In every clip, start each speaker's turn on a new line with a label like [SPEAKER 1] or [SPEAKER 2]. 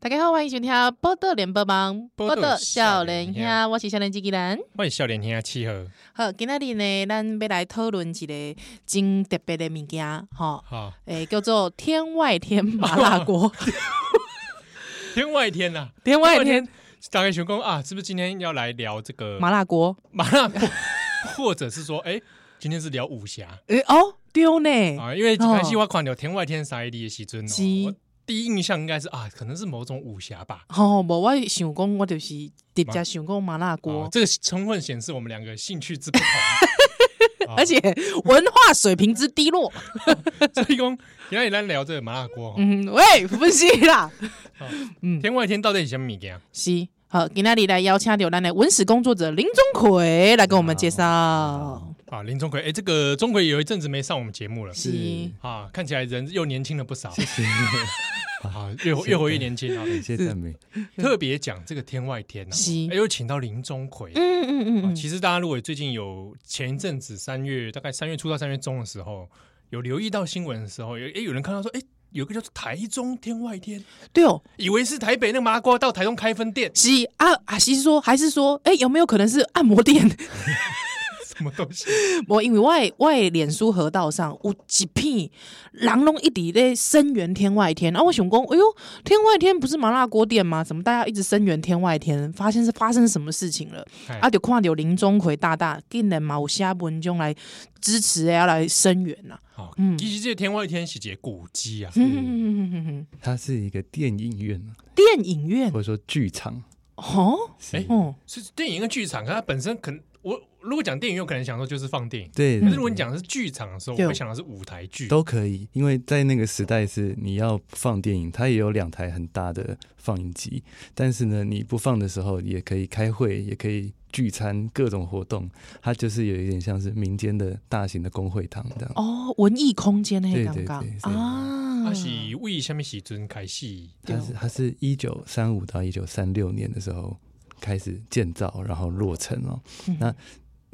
[SPEAKER 1] 大家好，欢迎收听《波特联播网》，
[SPEAKER 2] 报道
[SPEAKER 1] 少
[SPEAKER 2] 少
[SPEAKER 1] 年
[SPEAKER 2] 年兄
[SPEAKER 1] 兄，我是少年机器人。
[SPEAKER 2] 欢迎笑脸天下七号，
[SPEAKER 1] 好，今仔日呢，咱要来讨论一个真特别的物件，吼、
[SPEAKER 2] 好，
[SPEAKER 1] 诶、叫做天外天麻辣 锅。
[SPEAKER 2] 天外天呐、
[SPEAKER 1] 天外 天
[SPEAKER 2] 大概想讲啊，是不是今天要来聊这个
[SPEAKER 1] 麻辣锅，
[SPEAKER 2] 麻辣锅， 或者是说，哎、今天是聊武侠
[SPEAKER 1] 诶、哦，丢呢、
[SPEAKER 2] 啊？因为台西我看到天外天塞的西尊哦
[SPEAKER 1] 是，
[SPEAKER 2] 我第一印象应该是啊，可能是某种武侠吧。
[SPEAKER 1] 吼、无我想讲，我就是直接想讲麻辣锅、
[SPEAKER 2] 啊，这个充分显示我们两个兴趣之不同。 啊
[SPEAKER 1] 而且文化水平之低落。
[SPEAKER 2] 所以讲，今天咱聊这个麻辣锅哦，哦
[SPEAKER 1] 嗯，喂，不是啦，
[SPEAKER 2] 天外天到底是什么物件？
[SPEAKER 1] 是。好，今仔日来邀请到咱的文史工作者林钟奎来跟我们介绍。
[SPEAKER 2] 啊，林钟馗，哎、这个钟馗有一阵子没上我们节目了，
[SPEAKER 1] 是
[SPEAKER 2] 啊，看起来人又年轻了不少，
[SPEAKER 3] 谢谢，
[SPEAKER 2] 啊，越活越活越年轻啊。
[SPEAKER 3] 感谢赞美。
[SPEAKER 2] 特别讲这个天外天啊，
[SPEAKER 1] 嗯是
[SPEAKER 2] 哎又请到林钟馗。
[SPEAKER 1] 嗯嗯嗯
[SPEAKER 2] 啊
[SPEAKER 1] 嗯，
[SPEAKER 2] 其实大家如果最近有前一阵子三月大概三月初到三月中的时候，有留意到新闻的时候，有哎有人看到说，哎有个叫做台中天外天，
[SPEAKER 1] 对哦，
[SPEAKER 2] 以为是台北那个麻辣锅到台中开分店，
[SPEAKER 1] 是啊啊，西说还是说，哎、有没有可能是按摩店？
[SPEAKER 2] 什么东西？
[SPEAKER 1] 我因为我的我的脸书河道上有一片人拢一直咧声援天外天，啊，我想讲，哎呦，天外天不是麻辣锅店吗？怎么大家一直声援天外天？发现是发生什么事情了？
[SPEAKER 2] 哎
[SPEAKER 1] 啊，就看到林钟馗大大竟然嘛有写文章来支持的，要来声援呐、
[SPEAKER 2] 好，其实这个天外天是节古迹啊，
[SPEAKER 1] 嗯，
[SPEAKER 3] 它是一个电影院啊，
[SPEAKER 1] 电影院
[SPEAKER 3] 或者说剧场，
[SPEAKER 1] 哦，
[SPEAKER 3] 是
[SPEAKER 2] 哎
[SPEAKER 1] 哦，
[SPEAKER 2] 是电影跟剧场，可它本身可能我如果讲电影，有可能想说就是放电影，
[SPEAKER 3] 对，
[SPEAKER 2] 但是如果你讲的是剧场的时候，
[SPEAKER 1] 嗯对
[SPEAKER 2] 我会想的是舞台剧。
[SPEAKER 3] 都可以，因为在那个时代是你要放电影，它也有两台很大的放映机，但是呢，你不放的时候也可以开会，也可以聚餐，各种活动，它就是有一点像是民间的大型的公会堂这样。
[SPEAKER 1] 哦，文艺空间那
[SPEAKER 3] 对
[SPEAKER 1] 个
[SPEAKER 3] 对
[SPEAKER 1] 刚
[SPEAKER 3] 对
[SPEAKER 1] 刚
[SPEAKER 3] 对
[SPEAKER 1] 啊，
[SPEAKER 2] 它是为什么时阵开始？
[SPEAKER 3] 它是它是一九三五到一九三六年的时候开始建造，然后落成哦。
[SPEAKER 1] 嗯
[SPEAKER 3] 那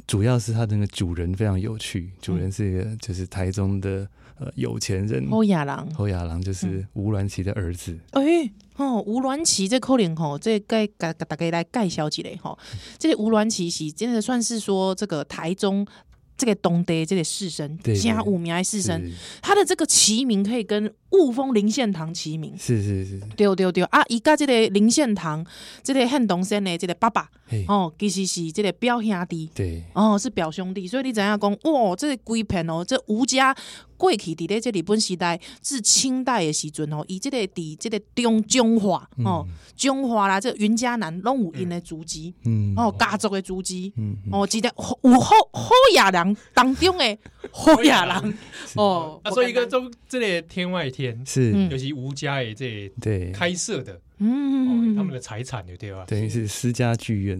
[SPEAKER 3] 主要是它的那个主人非常有趣，主人是一个就是台中的呃有钱人
[SPEAKER 1] 欧亚郎，
[SPEAKER 3] 侯亚郎，就是吴鸾奇的儿子。
[SPEAKER 1] 哎、哦，吴鸾旗这可能吼，这该给大家来介绍一下吼。这个吴鸾旗是真的算是说这个台中这个东地这个士绅，
[SPEAKER 3] 对对
[SPEAKER 1] 加五名的士绅，
[SPEAKER 3] 是
[SPEAKER 1] 他的这个旗名可以跟雾峰林献堂齐名。
[SPEAKER 3] 是是是，
[SPEAKER 1] 对对对，啊，伊甲这个林献堂，这个汉东生的这个爸爸
[SPEAKER 3] 嘿，
[SPEAKER 1] 哦，其实是这个表兄弟。
[SPEAKER 3] 对，
[SPEAKER 1] 哦，是表兄弟，所以你知影讲？哇，这个规片哦，这吴家过去伫咧这日本时代至清代的时阵哦，伊这个伫这个中中华哦，中华啦，这个云嘉南拢有因的足迹、
[SPEAKER 3] 嗯，
[SPEAKER 1] 哦，家族的足迹。
[SPEAKER 3] 嗯，嗯
[SPEAKER 1] 哦，即个好有好好亚人当中的好亚人哦，
[SPEAKER 2] 啊，所以一个中这类天外天，
[SPEAKER 3] 是，
[SPEAKER 1] 嗯
[SPEAKER 2] 尤其吴家诶这
[SPEAKER 3] 对，
[SPEAKER 2] 开设的哦，
[SPEAKER 1] 嗯，
[SPEAKER 2] 他们的财产有对吧？
[SPEAKER 3] 等于是私家剧院，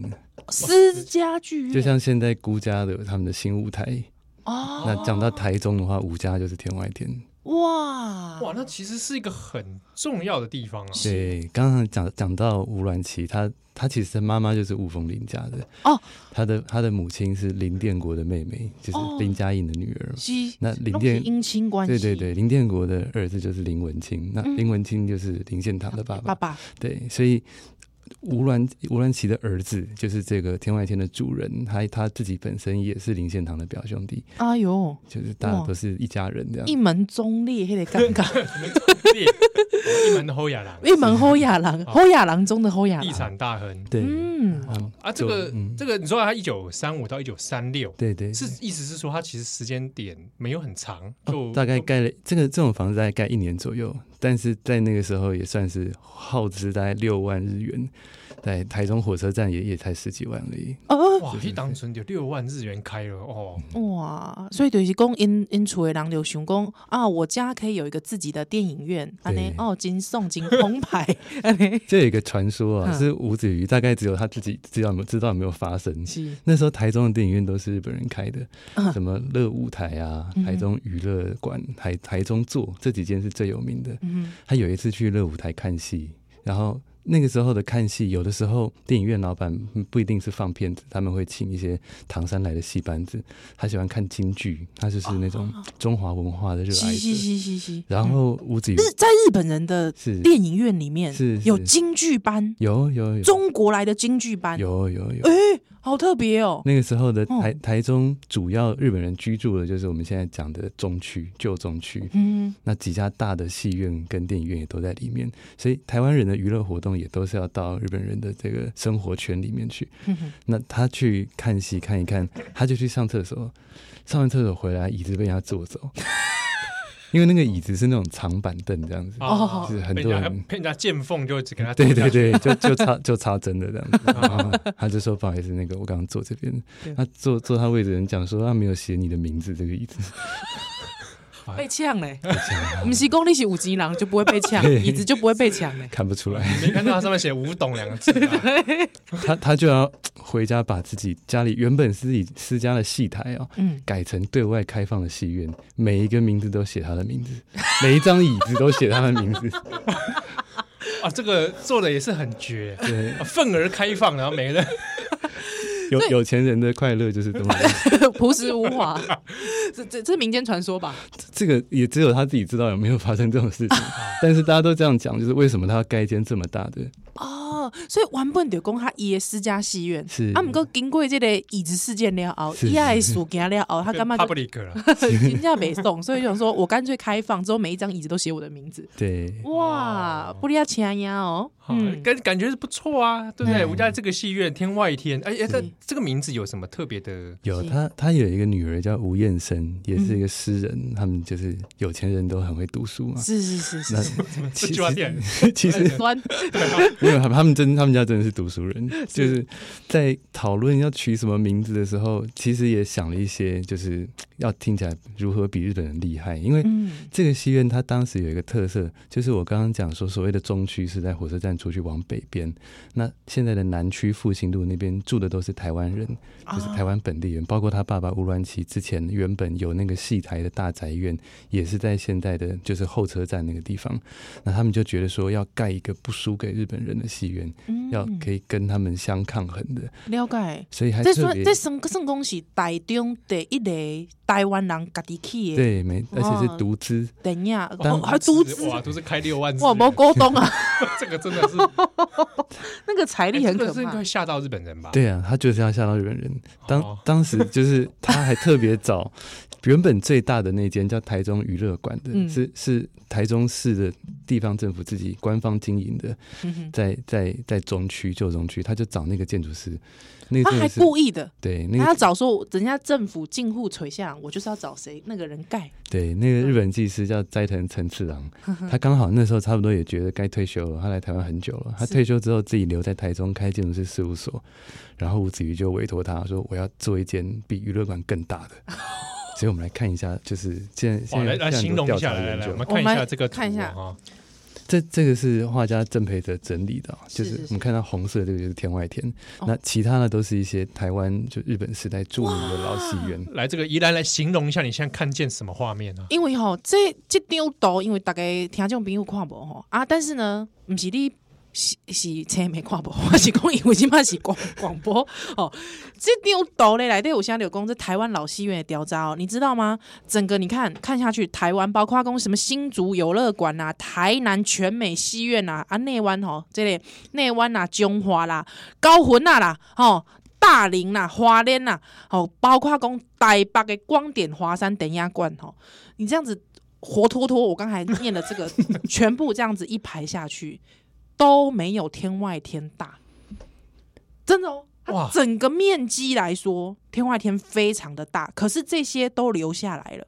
[SPEAKER 1] 私家剧院
[SPEAKER 3] 就像现在孤家的他们的新舞台。
[SPEAKER 1] 哦，
[SPEAKER 3] 那讲到台中的话，吴家就是天外天。
[SPEAKER 1] 哇
[SPEAKER 2] 哇，那其实是一个很重要的地方啊。
[SPEAKER 3] 对，刚刚讲讲到吴鸾旗，她她其实妈妈就是吴凤林家的
[SPEAKER 1] 哦，
[SPEAKER 3] 她的她的母亲是林建国的妹妹，就是
[SPEAKER 1] 哦
[SPEAKER 3] 林嘉颖的女儿嘛。
[SPEAKER 1] 是
[SPEAKER 3] 那林
[SPEAKER 1] 拢是
[SPEAKER 3] 建
[SPEAKER 1] 姻亲关系，嗯
[SPEAKER 3] 对对对，林建国的儿子就是林文清，那林文清就是林献堂的爸
[SPEAKER 1] 爸
[SPEAKER 3] 爸。
[SPEAKER 1] 爸
[SPEAKER 3] 对，所以吴鸾吴鸾旗的儿子就是这个天外天的主人，他他自己本身也是林献堂的表兄弟，
[SPEAKER 1] 哎呦，
[SPEAKER 3] 就是大家
[SPEAKER 1] 哇
[SPEAKER 3] 都是一家人这样
[SPEAKER 1] 一。门忠烈，迄个感觉，
[SPEAKER 2] 对 哦一门的侯亚郎，
[SPEAKER 1] 一门好亚郎，
[SPEAKER 3] 哦
[SPEAKER 1] 好亚郎中的好亚
[SPEAKER 2] 地
[SPEAKER 1] 郎。
[SPEAKER 2] 产大亨
[SPEAKER 3] 对，
[SPEAKER 1] 嗯，
[SPEAKER 3] 嗯
[SPEAKER 2] 啊。这个
[SPEAKER 3] 就嗯
[SPEAKER 2] 这个，你说他一九三五到一九三六，
[SPEAKER 3] 对对哦
[SPEAKER 2] 是意思是说他其实时间点没有很长，就
[SPEAKER 3] 大概盖了这个这种房子大概盖一年左右，但是在那个时候也算是耗资大概六万日元，在台中火车站也也才十几万而已。
[SPEAKER 1] 哦
[SPEAKER 2] 哇，一当存就六万日元开了哦。
[SPEAKER 1] 哇，所以就是讲，因因厝的人就想讲啊，我家可以有一个自己的电影院，安尼哦，金送金红 牌，安尼
[SPEAKER 3] 这有一个传说啊，
[SPEAKER 1] 嗯
[SPEAKER 3] 是吴子瑜大概只有他自己知道有没有知道有没有发生。
[SPEAKER 1] 是
[SPEAKER 3] 那时候台中的电影院都是日本人开的，
[SPEAKER 1] 嗯
[SPEAKER 3] 什么乐舞台啊、
[SPEAKER 1] 嗯
[SPEAKER 3] 台中娱乐馆、台台中座这几间是最有名的。
[SPEAKER 1] 嗯
[SPEAKER 3] 他有一次去乐舞台看戏，然后那个时候的看戏，有的时候电影院老板不一定是放片子，他们会请一些唐山来的戏班子，他喜欢看京剧，他
[SPEAKER 1] 哦
[SPEAKER 3] 就是那种中华文化的热爱
[SPEAKER 1] 嘻嘻
[SPEAKER 3] 者。
[SPEAKER 1] 嘻嘻嘻。
[SPEAKER 3] 然后
[SPEAKER 1] 嗯
[SPEAKER 3] 吴子瑜
[SPEAKER 1] 日在日本人的
[SPEAKER 3] 是
[SPEAKER 1] 电影院里面
[SPEAKER 3] 是是
[SPEAKER 1] 有京剧班，
[SPEAKER 3] 有有有
[SPEAKER 1] 中国来的京剧班，
[SPEAKER 3] 有有有，
[SPEAKER 1] 好特别哦。
[SPEAKER 3] 那个时候的台台中主要日本人居住的就是我们现在讲的中区旧中区，
[SPEAKER 1] 嗯，
[SPEAKER 3] 那几家大的戏院跟电影院也都在里面，所以台湾人的娱乐活动也都是要到日本人的这个生活圈里面去。
[SPEAKER 1] 哼哼
[SPEAKER 3] 那他去看戏看一看，他就去上厕所，上完厕所回来，椅子被人家坐走， 因为那个椅子是那种长板凳这样子，
[SPEAKER 1] 哦
[SPEAKER 3] 就是很
[SPEAKER 2] 被
[SPEAKER 3] 多
[SPEAKER 2] 人家
[SPEAKER 3] 人。
[SPEAKER 2] 被人家见缝就只给他
[SPEAKER 3] 对
[SPEAKER 2] 丢下
[SPEAKER 3] 对
[SPEAKER 2] 去，哦
[SPEAKER 3] 对，就就插就插针的这样子， 然后他就说不好意思，那个我刚刚坐这边
[SPEAKER 1] 对，
[SPEAKER 3] 他坐坐他位置的人讲说他没有写你的名字这个椅子，
[SPEAKER 1] 被呛嘞，不是讲你是五级狼就不会被 呛，椅子就不会被抢嘞。
[SPEAKER 3] 看不出来。
[SPEAKER 2] 没看到它上面写“吴董”两个字啊，
[SPEAKER 3] 他他就要回家把自己家里原本是自己私家的戏台哦，
[SPEAKER 1] 嗯，
[SPEAKER 3] 改成对外开放的戏院，每一个名字都写他的名字，每一张椅子都写他的名字，
[SPEAKER 2] 啊，这个做的也是很绝，
[SPEAKER 3] 对，
[SPEAKER 2] 啊愤而开放，然后每个人
[SPEAKER 3] 有有钱人的快乐就是这么，
[SPEAKER 1] 朴实无华，这这这是民间传说吧？
[SPEAKER 3] 这个也只有他自己知道有没有发生这种事
[SPEAKER 2] 哦
[SPEAKER 3] 情，但是大家都这样讲，就是为什么他要盖一间这么大的，
[SPEAKER 1] 哦，所以原本就讲他伊的私家戏院，
[SPEAKER 3] 是
[SPEAKER 1] 啊，毋过经过这个椅子事件了后，
[SPEAKER 3] 是
[SPEAKER 1] 伊爱事件了 后，他干嘛就
[SPEAKER 2] public 了，
[SPEAKER 1] 真价没送，所以想说我干脆开放之后，每一张椅子都写我的 名字。
[SPEAKER 3] 对，
[SPEAKER 1] 哇，不利亚钱呀哦，
[SPEAKER 2] 啊
[SPEAKER 1] 嗯，
[SPEAKER 2] 感感觉是不错啊，对不
[SPEAKER 3] 嗯
[SPEAKER 2] 对？吴家这个戏院天外天，哎哎，这这个名字有什么特别的？
[SPEAKER 3] 有
[SPEAKER 1] 是嗯
[SPEAKER 3] 他，他有一个女儿叫吴燕生，也是一个诗人，他们就是有钱人都很会读书嘛。
[SPEAKER 1] 是是是是
[SPEAKER 3] 那
[SPEAKER 1] 是，
[SPEAKER 2] 这
[SPEAKER 3] 其
[SPEAKER 2] 句话点
[SPEAKER 3] 实其实
[SPEAKER 1] 酸，
[SPEAKER 3] 没有，他们真，他们家真的是读书人。就是在讨论要取什么名字的时候，其实也想了一些，就是要听起来如何比日本人厉害。因为
[SPEAKER 1] 嗯
[SPEAKER 3] 这个戏院它当时有一个特色，就是我刚刚讲说，所谓的中区是在火车站出去往北边，那现在的南区复兴路那边住的都是台湾人，
[SPEAKER 1] 啊
[SPEAKER 3] 就是台湾本地人，包括他爸爸乌乱奇之前原本有那个戏台的大宅院，也是在现在的就是后车站那个地方。那他们就觉得说要盖一个不输给日本人的戏院，
[SPEAKER 1] 嗯
[SPEAKER 3] 要可以跟他们相抗衡的，
[SPEAKER 1] 了解。
[SPEAKER 3] 所以还
[SPEAKER 1] 这
[SPEAKER 3] 特
[SPEAKER 1] 算
[SPEAKER 3] 别
[SPEAKER 1] 这算算讲是台中第一个台湾人家己去的
[SPEAKER 3] 对没，而且是独资。
[SPEAKER 1] 电影，
[SPEAKER 3] 当
[SPEAKER 1] 哦还独资，
[SPEAKER 2] 哇，都是开六万字，
[SPEAKER 1] 哇，没沟通啊，
[SPEAKER 2] 这个真的 是哎
[SPEAKER 1] 那哎个财力很
[SPEAKER 2] 这
[SPEAKER 1] 可
[SPEAKER 2] 个是
[SPEAKER 1] 怕
[SPEAKER 2] 快。吓到日本人吧？
[SPEAKER 3] 对啊，他就是要吓到日本人。
[SPEAKER 2] 哦
[SPEAKER 3] 当当时就是他还特别找原本最大的那间叫台中娱乐馆的，
[SPEAKER 1] 嗯
[SPEAKER 3] 是是台中市的地方政府自己官方经营的，
[SPEAKER 1] 嗯哼
[SPEAKER 3] 在在在中区旧中区，他就找那个建筑师，那个
[SPEAKER 1] 他
[SPEAKER 3] 建
[SPEAKER 1] 啊
[SPEAKER 3] 筑
[SPEAKER 1] 还
[SPEAKER 3] 师
[SPEAKER 1] 故意的，
[SPEAKER 3] 对那
[SPEAKER 1] 他要
[SPEAKER 3] 个
[SPEAKER 1] 找说人家政府进户垂下，我就是要找谁那个人盖。
[SPEAKER 3] 对那
[SPEAKER 2] 嗯
[SPEAKER 3] 个日本技师叫斋藤诚次 郎，他刚好那时候差不多也觉得该退休了，他来台湾很久了，他
[SPEAKER 1] 是
[SPEAKER 3] 退休之后自己留在台中开建筑师事务所，然后吴子瑜就委托他说我要做一间比娱乐馆更大的。 所以我们来看一下，就是现在
[SPEAKER 2] 哇，
[SPEAKER 3] 现在
[SPEAKER 2] 来来
[SPEAKER 3] 现在很
[SPEAKER 2] 形
[SPEAKER 3] 多
[SPEAKER 2] 容一
[SPEAKER 3] 调
[SPEAKER 2] 下，
[SPEAKER 3] 查
[SPEAKER 2] 来来
[SPEAKER 3] 研
[SPEAKER 2] 来，
[SPEAKER 3] 究
[SPEAKER 2] 我们看一
[SPEAKER 1] 我
[SPEAKER 2] 下
[SPEAKER 1] 们
[SPEAKER 2] 这个图
[SPEAKER 1] 看一下
[SPEAKER 2] 啊，
[SPEAKER 3] 这这个是画家郑培哲整理的哦，
[SPEAKER 1] 是
[SPEAKER 3] 就是
[SPEAKER 1] 是
[SPEAKER 3] 我们看到红色这个就是天外天，
[SPEAKER 1] 哦
[SPEAKER 3] 那其他的都是一些台湾就日本时代著名的老戏院。
[SPEAKER 2] 来这个宜兰来形容一下，你现在看见什么画面啊呢？
[SPEAKER 1] 因为吼，这这张图，因为大家听众朋友看无吼啊，但是呢，毋是你是是册没看无，我是讲因为即摆是广广播哦。这张图咧内底有啥有讲这台湾老戏院的调查哦，你知道吗？整个你看看下去，台湾包括讲什么新竹游乐馆呐、台南全美戏院呐、啊内湾吼，这里内湾呐、中华啦、高雄呐啦，吼。大林啦、花莲啦，哦，包括讲台北的光点华山等压馆吼，你这样子活脱脱，我刚才念的这 个全部这样子一排下去，都没有天外天大，真的哦。它
[SPEAKER 2] 哇
[SPEAKER 1] 整个面积来说，天外天非常的大，可是这些都留下来了，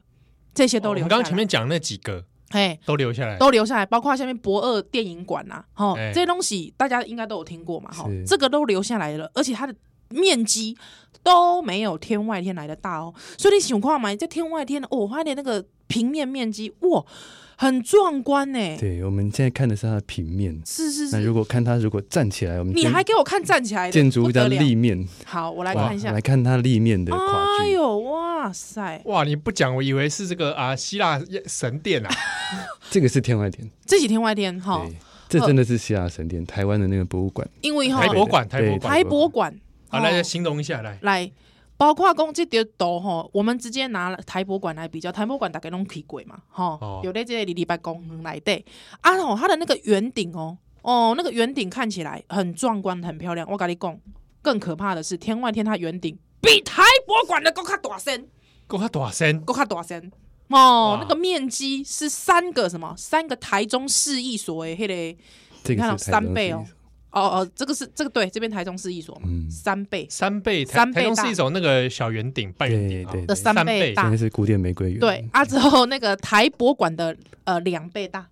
[SPEAKER 1] 这些
[SPEAKER 2] 哦我
[SPEAKER 1] 都留
[SPEAKER 2] 们
[SPEAKER 1] 下来。
[SPEAKER 2] 刚刚前面讲那几个
[SPEAKER 1] 哎，
[SPEAKER 2] 都留下来，
[SPEAKER 1] 都留下来，包括下面博二电影馆呐、啊，哦，
[SPEAKER 2] 哎
[SPEAKER 1] 这些东西大家应该都有听过嘛，哈
[SPEAKER 3] 是，
[SPEAKER 1] 这个都留下来了，而且它的面积都没有天外天来的大哦，所以你想看嘛，这天外天哦，它的那个平面面积哇，很壮观呢、
[SPEAKER 3] 对，我们现在看的是它的平面。
[SPEAKER 1] 是是
[SPEAKER 3] 那
[SPEAKER 1] 是，
[SPEAKER 3] 如果看它如果站起来，我们
[SPEAKER 1] 你
[SPEAKER 3] 建
[SPEAKER 1] 还给我看站起来的
[SPEAKER 3] 建筑物
[SPEAKER 1] 不
[SPEAKER 3] 叫
[SPEAKER 1] 得了
[SPEAKER 3] 立面，
[SPEAKER 1] 好，我来
[SPEAKER 3] 哇
[SPEAKER 1] 看一下
[SPEAKER 3] 来，看它立面的跨
[SPEAKER 1] 哎
[SPEAKER 3] 距。
[SPEAKER 1] 呦，哇塞，
[SPEAKER 2] 哇，你不讲，我以为是这个啊希腊神殿啊，
[SPEAKER 3] 这个是天外天，
[SPEAKER 1] 这几天外天哈
[SPEAKER 3] 对，这真的是希腊神殿，台湾的那个博物馆。
[SPEAKER 1] 因为吼
[SPEAKER 2] 台博馆，台
[SPEAKER 3] 对
[SPEAKER 2] 博馆，
[SPEAKER 1] 台博馆，
[SPEAKER 2] 好，
[SPEAKER 1] 吼
[SPEAKER 2] 来来形容一下，来，
[SPEAKER 1] 来，包括讲这条图吼，我们直接拿台博馆来比较，台博馆大概拢去过嘛，吼、
[SPEAKER 2] 哦
[SPEAKER 1] 有在这个礼礼拜公园来的，啊吼，它的那个圆顶哦，哦，那个圆顶看起来很壮观，很漂亮。我跟你讲，更可怕的是天外天它圆顶比台博馆的更较大声，
[SPEAKER 2] 够他多少声？
[SPEAKER 1] 更较大声。哦
[SPEAKER 2] 哇，
[SPEAKER 1] 那个面积是三个什么？三个台中市一所诶，迄、个
[SPEAKER 3] 这个
[SPEAKER 1] 你看哦
[SPEAKER 3] 是台中
[SPEAKER 1] 三倍哦
[SPEAKER 3] 市
[SPEAKER 1] 哦哦，这个是这个对，这边台中市一所嘛，
[SPEAKER 3] 嗯
[SPEAKER 1] 三倍
[SPEAKER 2] 三倍，台
[SPEAKER 1] 三倍
[SPEAKER 2] 台中
[SPEAKER 1] 大
[SPEAKER 2] 是一种那个小圆顶、半圆顶
[SPEAKER 3] 对
[SPEAKER 2] 啊
[SPEAKER 3] 对
[SPEAKER 1] 的哦三
[SPEAKER 2] 三倍
[SPEAKER 1] 倍大
[SPEAKER 3] 现在，是古典玫瑰园。
[SPEAKER 1] 啊对，啊，之后那个台博馆的呃两倍大，